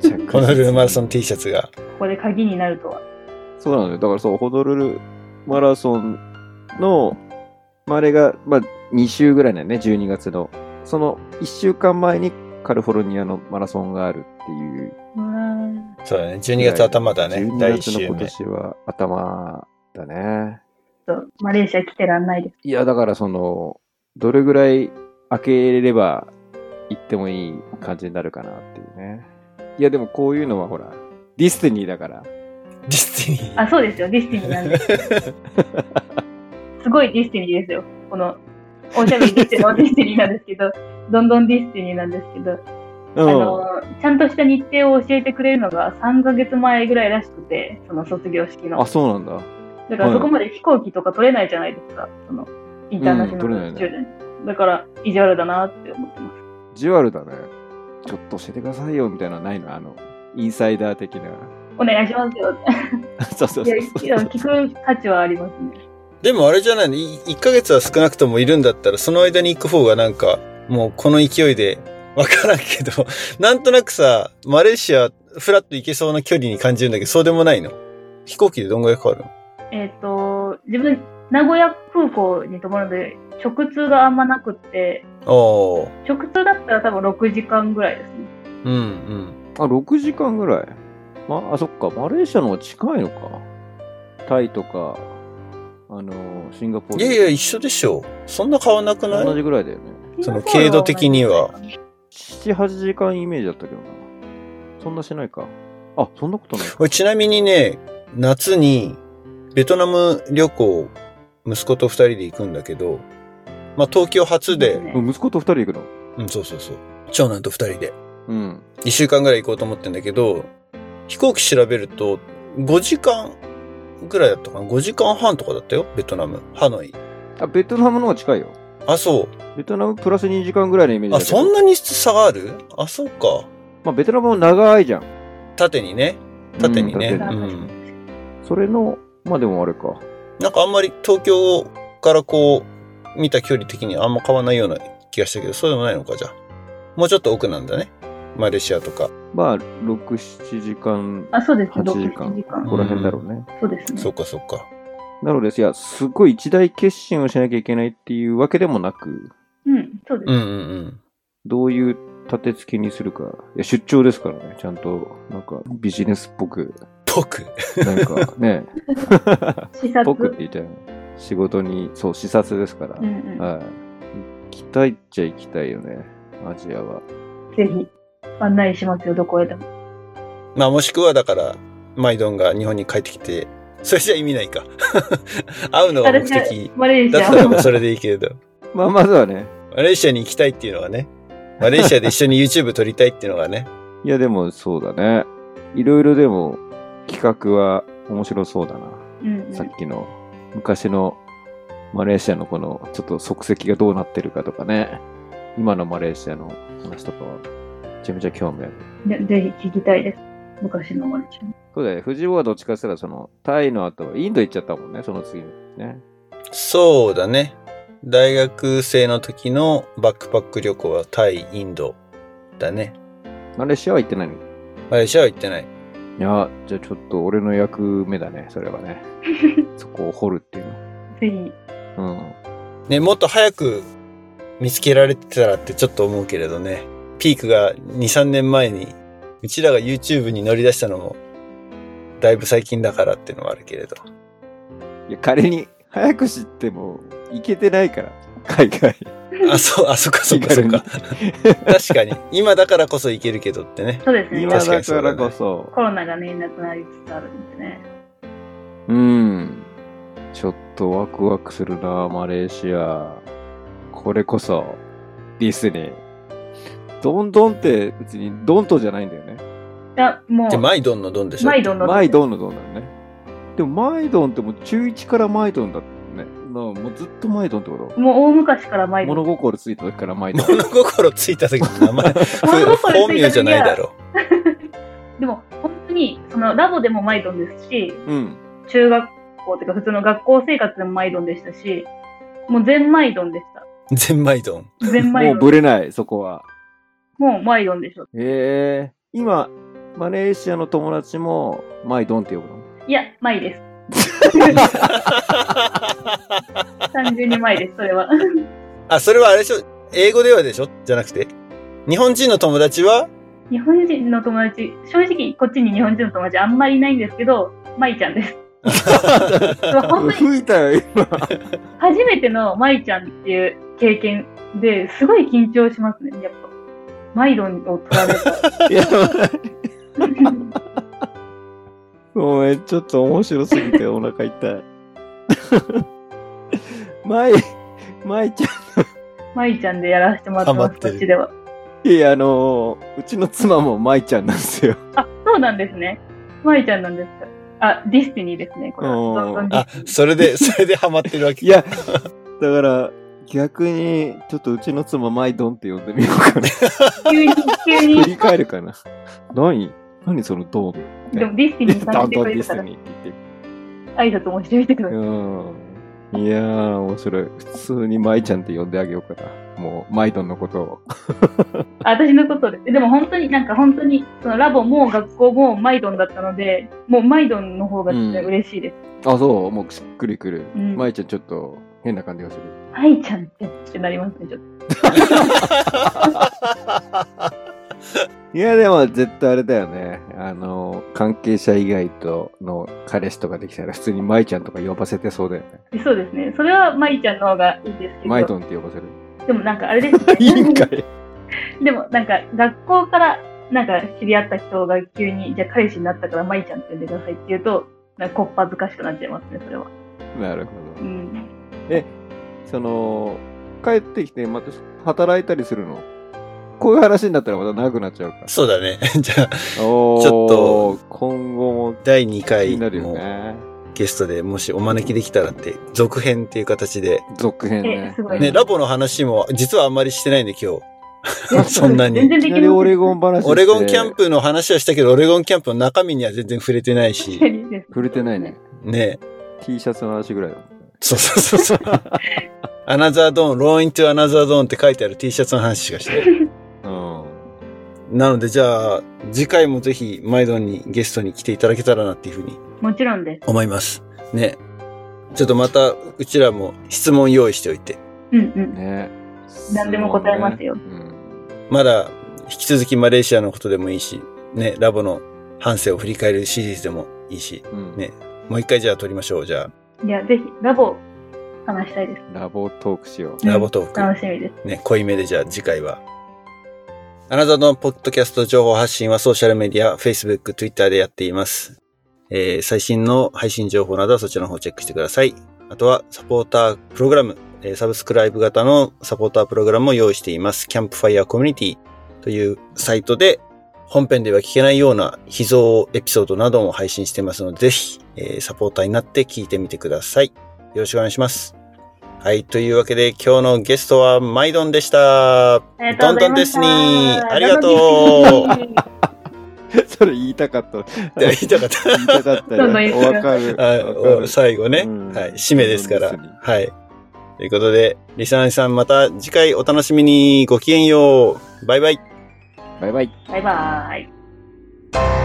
[SPEAKER 2] 着
[SPEAKER 1] ホノルルマラソン T シャツが。
[SPEAKER 3] ここで鍵になるとは。
[SPEAKER 2] そうなんだよ。だからそう、ホノルルマラソンの、まあ、あれが、まあ、2週ぐらいだよね、12月の。その1週間前にカリフォルニアのマラソンがあるっていう。
[SPEAKER 3] うん
[SPEAKER 1] そうだね。12月頭だね。
[SPEAKER 2] 12
[SPEAKER 1] 第1
[SPEAKER 2] 月の
[SPEAKER 1] 週
[SPEAKER 2] 今
[SPEAKER 1] 目。
[SPEAKER 2] 年は頭だね。
[SPEAKER 3] ちょっとマレーシア来てらんないです。
[SPEAKER 2] いや、だからその、どれぐらい開ければ行ってもいい感じになるかなっていうね。いや、でもこういうのはほら、ディスティニーだか ら。
[SPEAKER 1] ディスティニー。
[SPEAKER 3] あ、そうですよ。ディスティニーな んです。すごいディスティニーですよ。この、おしゃべりできてのディスティニーなんですけど、どんどんディスティニーなんですけど、
[SPEAKER 2] う
[SPEAKER 3] あ
[SPEAKER 2] ん。
[SPEAKER 3] の、ちゃんとした日程を教えてくれるのが3ヶ月前ぐらいらしくて、その卒業式
[SPEAKER 2] あ、
[SPEAKER 3] の。
[SPEAKER 2] そうなんだ。
[SPEAKER 3] だからそこまで飛行機とか取れないじゃないですか。その、インターナショナル
[SPEAKER 2] うん取
[SPEAKER 3] スチューデントだから、意地悪だなって思ってます。
[SPEAKER 2] ジュアルだね。ちょっと教えてくださいよみたいなのないのあの、インサイダー的な。
[SPEAKER 3] お願いしますよ。
[SPEAKER 2] そうそうそう
[SPEAKER 3] いや、
[SPEAKER 2] そう。
[SPEAKER 3] 聞く価値はありますね。
[SPEAKER 1] でもあれじゃない、い1ヶ月は少なくともいるんだったら、その間に行く方がなんか、もうこの勢いで、わからんけど、 なんとなくさ、マレーシア、フラッと行けそうな距離に感じるんだけど、そうでもないの。飛行機でどんぐらいかかるの
[SPEAKER 3] えっ、と、自分、名古屋空港に泊まるので、直通があんまなくって、
[SPEAKER 1] おー。
[SPEAKER 3] 直通だったら多分6時間ぐらいですね。
[SPEAKER 1] うんうん。
[SPEAKER 2] あ、6時間ぐらい。ま、あ、そっか。マレーシアの方が近いのか。タイとか、あの、シンガポー
[SPEAKER 1] い
[SPEAKER 2] ル。
[SPEAKER 1] やいや、一緒でしょ。そんな変わんなくない
[SPEAKER 2] 同じぐらいだよね。
[SPEAKER 1] その経度的には。
[SPEAKER 2] 7、8時間イメージだったけどな。そんなしないか。あ、そんなことない。
[SPEAKER 1] 俺ちなみにね、夏にベトナム旅行、息子と二人で行くんだけど、まあ東京初で、
[SPEAKER 3] ね
[SPEAKER 2] 息子と2人行くの
[SPEAKER 1] うん、そうそうそう。長男と二人で、
[SPEAKER 2] うん。
[SPEAKER 1] 一週間ぐらい行こうと思ってんだけど、飛行機調べると、5時間ぐらいだったかな ?5 時間半とかだったよ、ベトナム。ハノイ。
[SPEAKER 2] あ、ベトナムの方が近いよ。
[SPEAKER 1] あ、そ
[SPEAKER 2] ベトナムプラス2時間ぐらいのイメー
[SPEAKER 1] う。
[SPEAKER 2] ジだ
[SPEAKER 1] あ、
[SPEAKER 2] けど。
[SPEAKER 1] そんなに差があるあ、そうか。
[SPEAKER 2] まあ、ベトナムも長いじゃん。
[SPEAKER 1] 縦にね。縦にね。
[SPEAKER 2] う
[SPEAKER 1] うん
[SPEAKER 2] 縦
[SPEAKER 1] ん。
[SPEAKER 2] にそれの、まあでもあれか。
[SPEAKER 1] なんかあんまり東京からこう、見た距離的にあんま変わらないような気がしたけど、そうでもないのか、じゃあ。もうちょっと奥なんだね。マレーシアとか。
[SPEAKER 2] まあ、6、7時間、
[SPEAKER 3] あ、そうですね。
[SPEAKER 2] 8
[SPEAKER 3] 6
[SPEAKER 2] 時
[SPEAKER 3] 時
[SPEAKER 2] 間
[SPEAKER 3] 間。
[SPEAKER 2] ここら辺だろうね。
[SPEAKER 3] そうですね。
[SPEAKER 1] そっかそっか。
[SPEAKER 2] なので、いや、すごい一大決心をしなきゃいけないっていうわけでもなく、
[SPEAKER 3] うん、そうで
[SPEAKER 1] う
[SPEAKER 3] す。
[SPEAKER 1] んうんうん。
[SPEAKER 2] どういう立て付けにするか。いや、出張ですからね。ちゃんと、なんか、ビジネスっぽく、
[SPEAKER 1] 僕。
[SPEAKER 2] なん か、ね、
[SPEAKER 3] 視察。
[SPEAKER 2] 僕って言っちゃう。仕事に、そう、視察ですから。
[SPEAKER 3] うんうん、
[SPEAKER 2] はい。行きたいっちゃ行きたいよね。アジアは。
[SPEAKER 3] ぜひ、案内しますよ、どこへでも。
[SPEAKER 1] まあもしくはだから、マイドンが日本に帰ってきて、それじゃ意味ないか。 会うのが目的。
[SPEAKER 3] マレーシ
[SPEAKER 1] だっ
[SPEAKER 3] ア
[SPEAKER 1] たらもうそれでいいけれど。
[SPEAKER 2] まあ、まずはね。
[SPEAKER 1] マレーシアに行きたいっていうのはね。マレーシアで一緒に YouTube 撮りたいっていうのがね。
[SPEAKER 2] いや、でも、そうだね。いろいろでも、企画は面白そうだな。
[SPEAKER 3] うんうん
[SPEAKER 2] さっきの昔のマレーシアのこのちょっと足跡がどうなってるかとかね、今のマレーシアの話とかはめちゃめちゃ興味ある。
[SPEAKER 3] でぜひ聞きたいです。昔のマレーシ
[SPEAKER 2] そうだよ、藤尾はどっちかしたらそのタイの後はインド行っちゃったもんね、その次にね。
[SPEAKER 1] そうだね。大学生の時のバックパック旅行はタイ、インドだね。
[SPEAKER 2] マレーシアは行ってないのい
[SPEAKER 1] マレーシアは行ってない。
[SPEAKER 2] や、じゃあちょっと俺の役目だね、それはね。そこを掘るっていう
[SPEAKER 3] ア。ぜひ、
[SPEAKER 2] の。うん。
[SPEAKER 1] ね、もっと早く見つけられてたらってちょっと思うけれどね。ピークが2、3年前に、うちらが YouTube に乗り出したのも、だいぶ最近だからっていうのはあるけれ ど。
[SPEAKER 2] いや、仮に早く知っても行けてないから、海外。
[SPEAKER 1] あ、そう、あ、そっかそっかそっか。確かに。今だからこそ行けるけどってね。
[SPEAKER 3] そうですね。
[SPEAKER 2] 今
[SPEAKER 1] 確か
[SPEAKER 2] だ
[SPEAKER 1] にそ
[SPEAKER 2] か
[SPEAKER 1] うだ
[SPEAKER 2] ら
[SPEAKER 1] ね
[SPEAKER 2] こそ。
[SPEAKER 3] コロナがね、なくなりつつあるんでね。
[SPEAKER 2] うん。ちょっとワクワクするな、マレーシア。これこそ、ディスニー。ドンドンって別にドントじゃないんだよね。
[SPEAKER 3] いや、も
[SPEAKER 1] で、
[SPEAKER 3] う、
[SPEAKER 1] マイドンのドンでしょ
[SPEAKER 3] マイドンの。
[SPEAKER 2] マイドンのドンなのね。でもマイドンってもう中1からマイドンだったね。なもうずっとマイドンってこと
[SPEAKER 3] もう大昔からマイドン
[SPEAKER 2] 物。心ついた時からマイ ドン。
[SPEAKER 1] 物心ついた時の名前。本
[SPEAKER 3] 物心つい
[SPEAKER 1] 名
[SPEAKER 3] た時は
[SPEAKER 1] じゃないだろ
[SPEAKER 3] でも、本当に、その、ラボでもマイドンですし、
[SPEAKER 2] うん。
[SPEAKER 3] 中学校というか、普通の学校生活でもマイドンでしたし、もう全マイドンでし
[SPEAKER 1] う。全マイドン。
[SPEAKER 3] た。全マイ
[SPEAKER 2] も
[SPEAKER 3] ド
[SPEAKER 2] う
[SPEAKER 3] ン。
[SPEAKER 2] ぶれない、そこは。
[SPEAKER 3] もうマイドンでしょ。
[SPEAKER 2] ええ今、マレーシアの友達も、マイドンって呼ぶの
[SPEAKER 3] いや、マ イです。単純にマイです、それは。
[SPEAKER 1] あ、それはあれでしょ英語ではでしょじゃなくて。日本人の友達は
[SPEAKER 3] 日本人の友達、正直こっちに日本人の友達あんまりいないんですけど、舞ちゃ んです。本当 に
[SPEAKER 2] 吹いたよ、今。
[SPEAKER 3] 初めての舞ちゃんっていう経験ですごい緊張しますね、やっぱ。舞ドンを取られ た。
[SPEAKER 2] いや、ごめん、ちょっと面白すぎてお腹痛い。 マイ、マイちゃ
[SPEAKER 3] 舞ちゃんでやらせてもらって
[SPEAKER 1] ハ
[SPEAKER 3] ま
[SPEAKER 1] マっ
[SPEAKER 3] す、
[SPEAKER 1] て
[SPEAKER 3] こ
[SPEAKER 1] る
[SPEAKER 3] っちでは。
[SPEAKER 2] ん、いや、あのーうちの妻もマイちゃんなんですよ。
[SPEAKER 3] あ、そうなんですね。舞ちゃんなんですか。あ、ディスティニーですね、これは。
[SPEAKER 2] うん
[SPEAKER 3] ロンドンディ
[SPEAKER 1] あ
[SPEAKER 3] スティニ、ー
[SPEAKER 1] それで、それでハマってる わけ。
[SPEAKER 2] いや、だから、逆に、ちょっとうちの妻マイドンって呼んでみようか な。
[SPEAKER 3] 急に、急
[SPEAKER 2] 振
[SPEAKER 3] に、
[SPEAKER 2] り返るかな。何何そのドン。
[SPEAKER 3] でもディスティニーさん
[SPEAKER 2] ダ
[SPEAKER 3] っ
[SPEAKER 2] ン
[SPEAKER 3] て
[SPEAKER 2] ド
[SPEAKER 3] く
[SPEAKER 2] ンデ
[SPEAKER 3] れ
[SPEAKER 2] ィ
[SPEAKER 3] る
[SPEAKER 2] ス
[SPEAKER 3] から、
[SPEAKER 2] ニーって言って
[SPEAKER 3] 挨拶もしてみてください。
[SPEAKER 2] うん。いやー、面白い。普通に舞ちゃんって呼んであげようかな。もう、マイドンのことを。
[SPEAKER 3] あ私のことです。でも本当になんか本当に、そのラボも学校もマイドンだったので、もうマイドンの方が絶対嬉しいです。
[SPEAKER 2] あ、そう、もうしっくりくる。
[SPEAKER 3] うん
[SPEAKER 2] 舞ちゃんちょっと変な感じがする。
[SPEAKER 3] マイちゃんってってなりますね、ちょっ
[SPEAKER 2] いや、でも絶対あれだよね。あの、関係者以外との彼氏とかできたら普通に舞ちゃんとか呼ばせてそうだよね。
[SPEAKER 3] と。そうですね。それはマイちゃんの方がいいですけ
[SPEAKER 2] マイド
[SPEAKER 3] ど、
[SPEAKER 2] ンって呼ばせる。
[SPEAKER 3] でもなんかあ れですね。
[SPEAKER 2] いいんかい。
[SPEAKER 3] でもなんか学校からなんか知り合った人が急に、じゃあ彼氏になったからマイちゃんって呼んでくださいって言うと、なんかこっぱずかしくなっちゃいますね、それは。
[SPEAKER 2] なるほ
[SPEAKER 3] う
[SPEAKER 2] ど。
[SPEAKER 3] ん。
[SPEAKER 2] その、帰ってきてまた働いたりするのこういう話になったらまた長くなっちゃ うから。
[SPEAKER 1] そうだね。じゃあ、
[SPEAKER 2] おー
[SPEAKER 1] ちょ
[SPEAKER 2] っと、今後も
[SPEAKER 1] 第2
[SPEAKER 2] 気
[SPEAKER 1] 回
[SPEAKER 2] になるよ
[SPEAKER 1] も
[SPEAKER 2] ね。
[SPEAKER 1] ゲストでもしお招きできたらって、続編っていう形で。
[SPEAKER 2] 続編ね
[SPEAKER 3] え。すごい
[SPEAKER 1] ね、ラボの話も実はあんまりしてないんで今日。そんなに
[SPEAKER 3] 全然
[SPEAKER 2] い
[SPEAKER 3] で
[SPEAKER 2] き
[SPEAKER 3] き
[SPEAKER 2] な
[SPEAKER 3] る
[SPEAKER 2] りオレゴン話して。
[SPEAKER 1] オレゴンキャンプの話はしたけど、オレゴンキャンプの中身には全然触れてない し、
[SPEAKER 2] 触れてないね。。
[SPEAKER 1] ね。
[SPEAKER 2] T シャツの話ぐらいだもんね。
[SPEAKER 1] そうそうそうそう。 アナザードーン、ローイントゥアナザードーンって書いてある T シャツの話しかしてない。
[SPEAKER 2] う。
[SPEAKER 1] なのでじゃあ、次回もぜひ、マイドンにゲストに来ていただけたらなっていうふうに
[SPEAKER 3] もちろんです。
[SPEAKER 1] 思います。ね。ちょっとまた、うちらも質問用意しておいて。
[SPEAKER 3] うんうんん。
[SPEAKER 2] ね。
[SPEAKER 3] 何でも答えますよ
[SPEAKER 2] そうねうん
[SPEAKER 1] まだ、引き続きマレーシアのことでもいいし、ね、ラボの反省を振り返るシリーズでもいいし、
[SPEAKER 2] うん。
[SPEAKER 1] ねもう一回じゃあ撮りましょう。じゃ
[SPEAKER 3] いや、ぜひラボ話したいです。
[SPEAKER 2] ラボトークしよ
[SPEAKER 1] あ、
[SPEAKER 2] う。
[SPEAKER 1] ラボトーク。
[SPEAKER 3] 楽しみです。
[SPEAKER 1] ね、濃いめでじゃあ次回は。あなたのポッドキャスト情報発信はソーシャルメディア、Facebook、Twitter でやっています。えー最新の配信情報などはそちらの方チェックしてください。あとはサポータープログラム、えーサブスクライブ型のサポータープログラムを用意しています。キャンプファイヤーコミュニティというサイトで本編では聞けないような秘蔵エピソードなども配信してますので、ぜひ、えーサポーターになって聞いてみてください。よろしくお願いします。はい。というわけで、今日のゲストはマイドンで した。
[SPEAKER 3] ありがとうござ
[SPEAKER 1] どんど
[SPEAKER 3] いました
[SPEAKER 1] んですにありがと
[SPEAKER 2] それ言いたかった。
[SPEAKER 1] 言いたかった
[SPEAKER 2] 言いたか った
[SPEAKER 3] どんどん
[SPEAKER 2] よ。
[SPEAKER 3] 言って
[SPEAKER 2] わかる。
[SPEAKER 1] あ
[SPEAKER 2] わかる
[SPEAKER 1] 最後ね、
[SPEAKER 2] うん
[SPEAKER 1] はい。締めですから。
[SPEAKER 2] どんどんです
[SPEAKER 1] はい。ということで、リスナーさんまた次回お楽しみに。ごきげんよう。バイバイ。
[SPEAKER 2] バイバイ。
[SPEAKER 3] バイバーイ。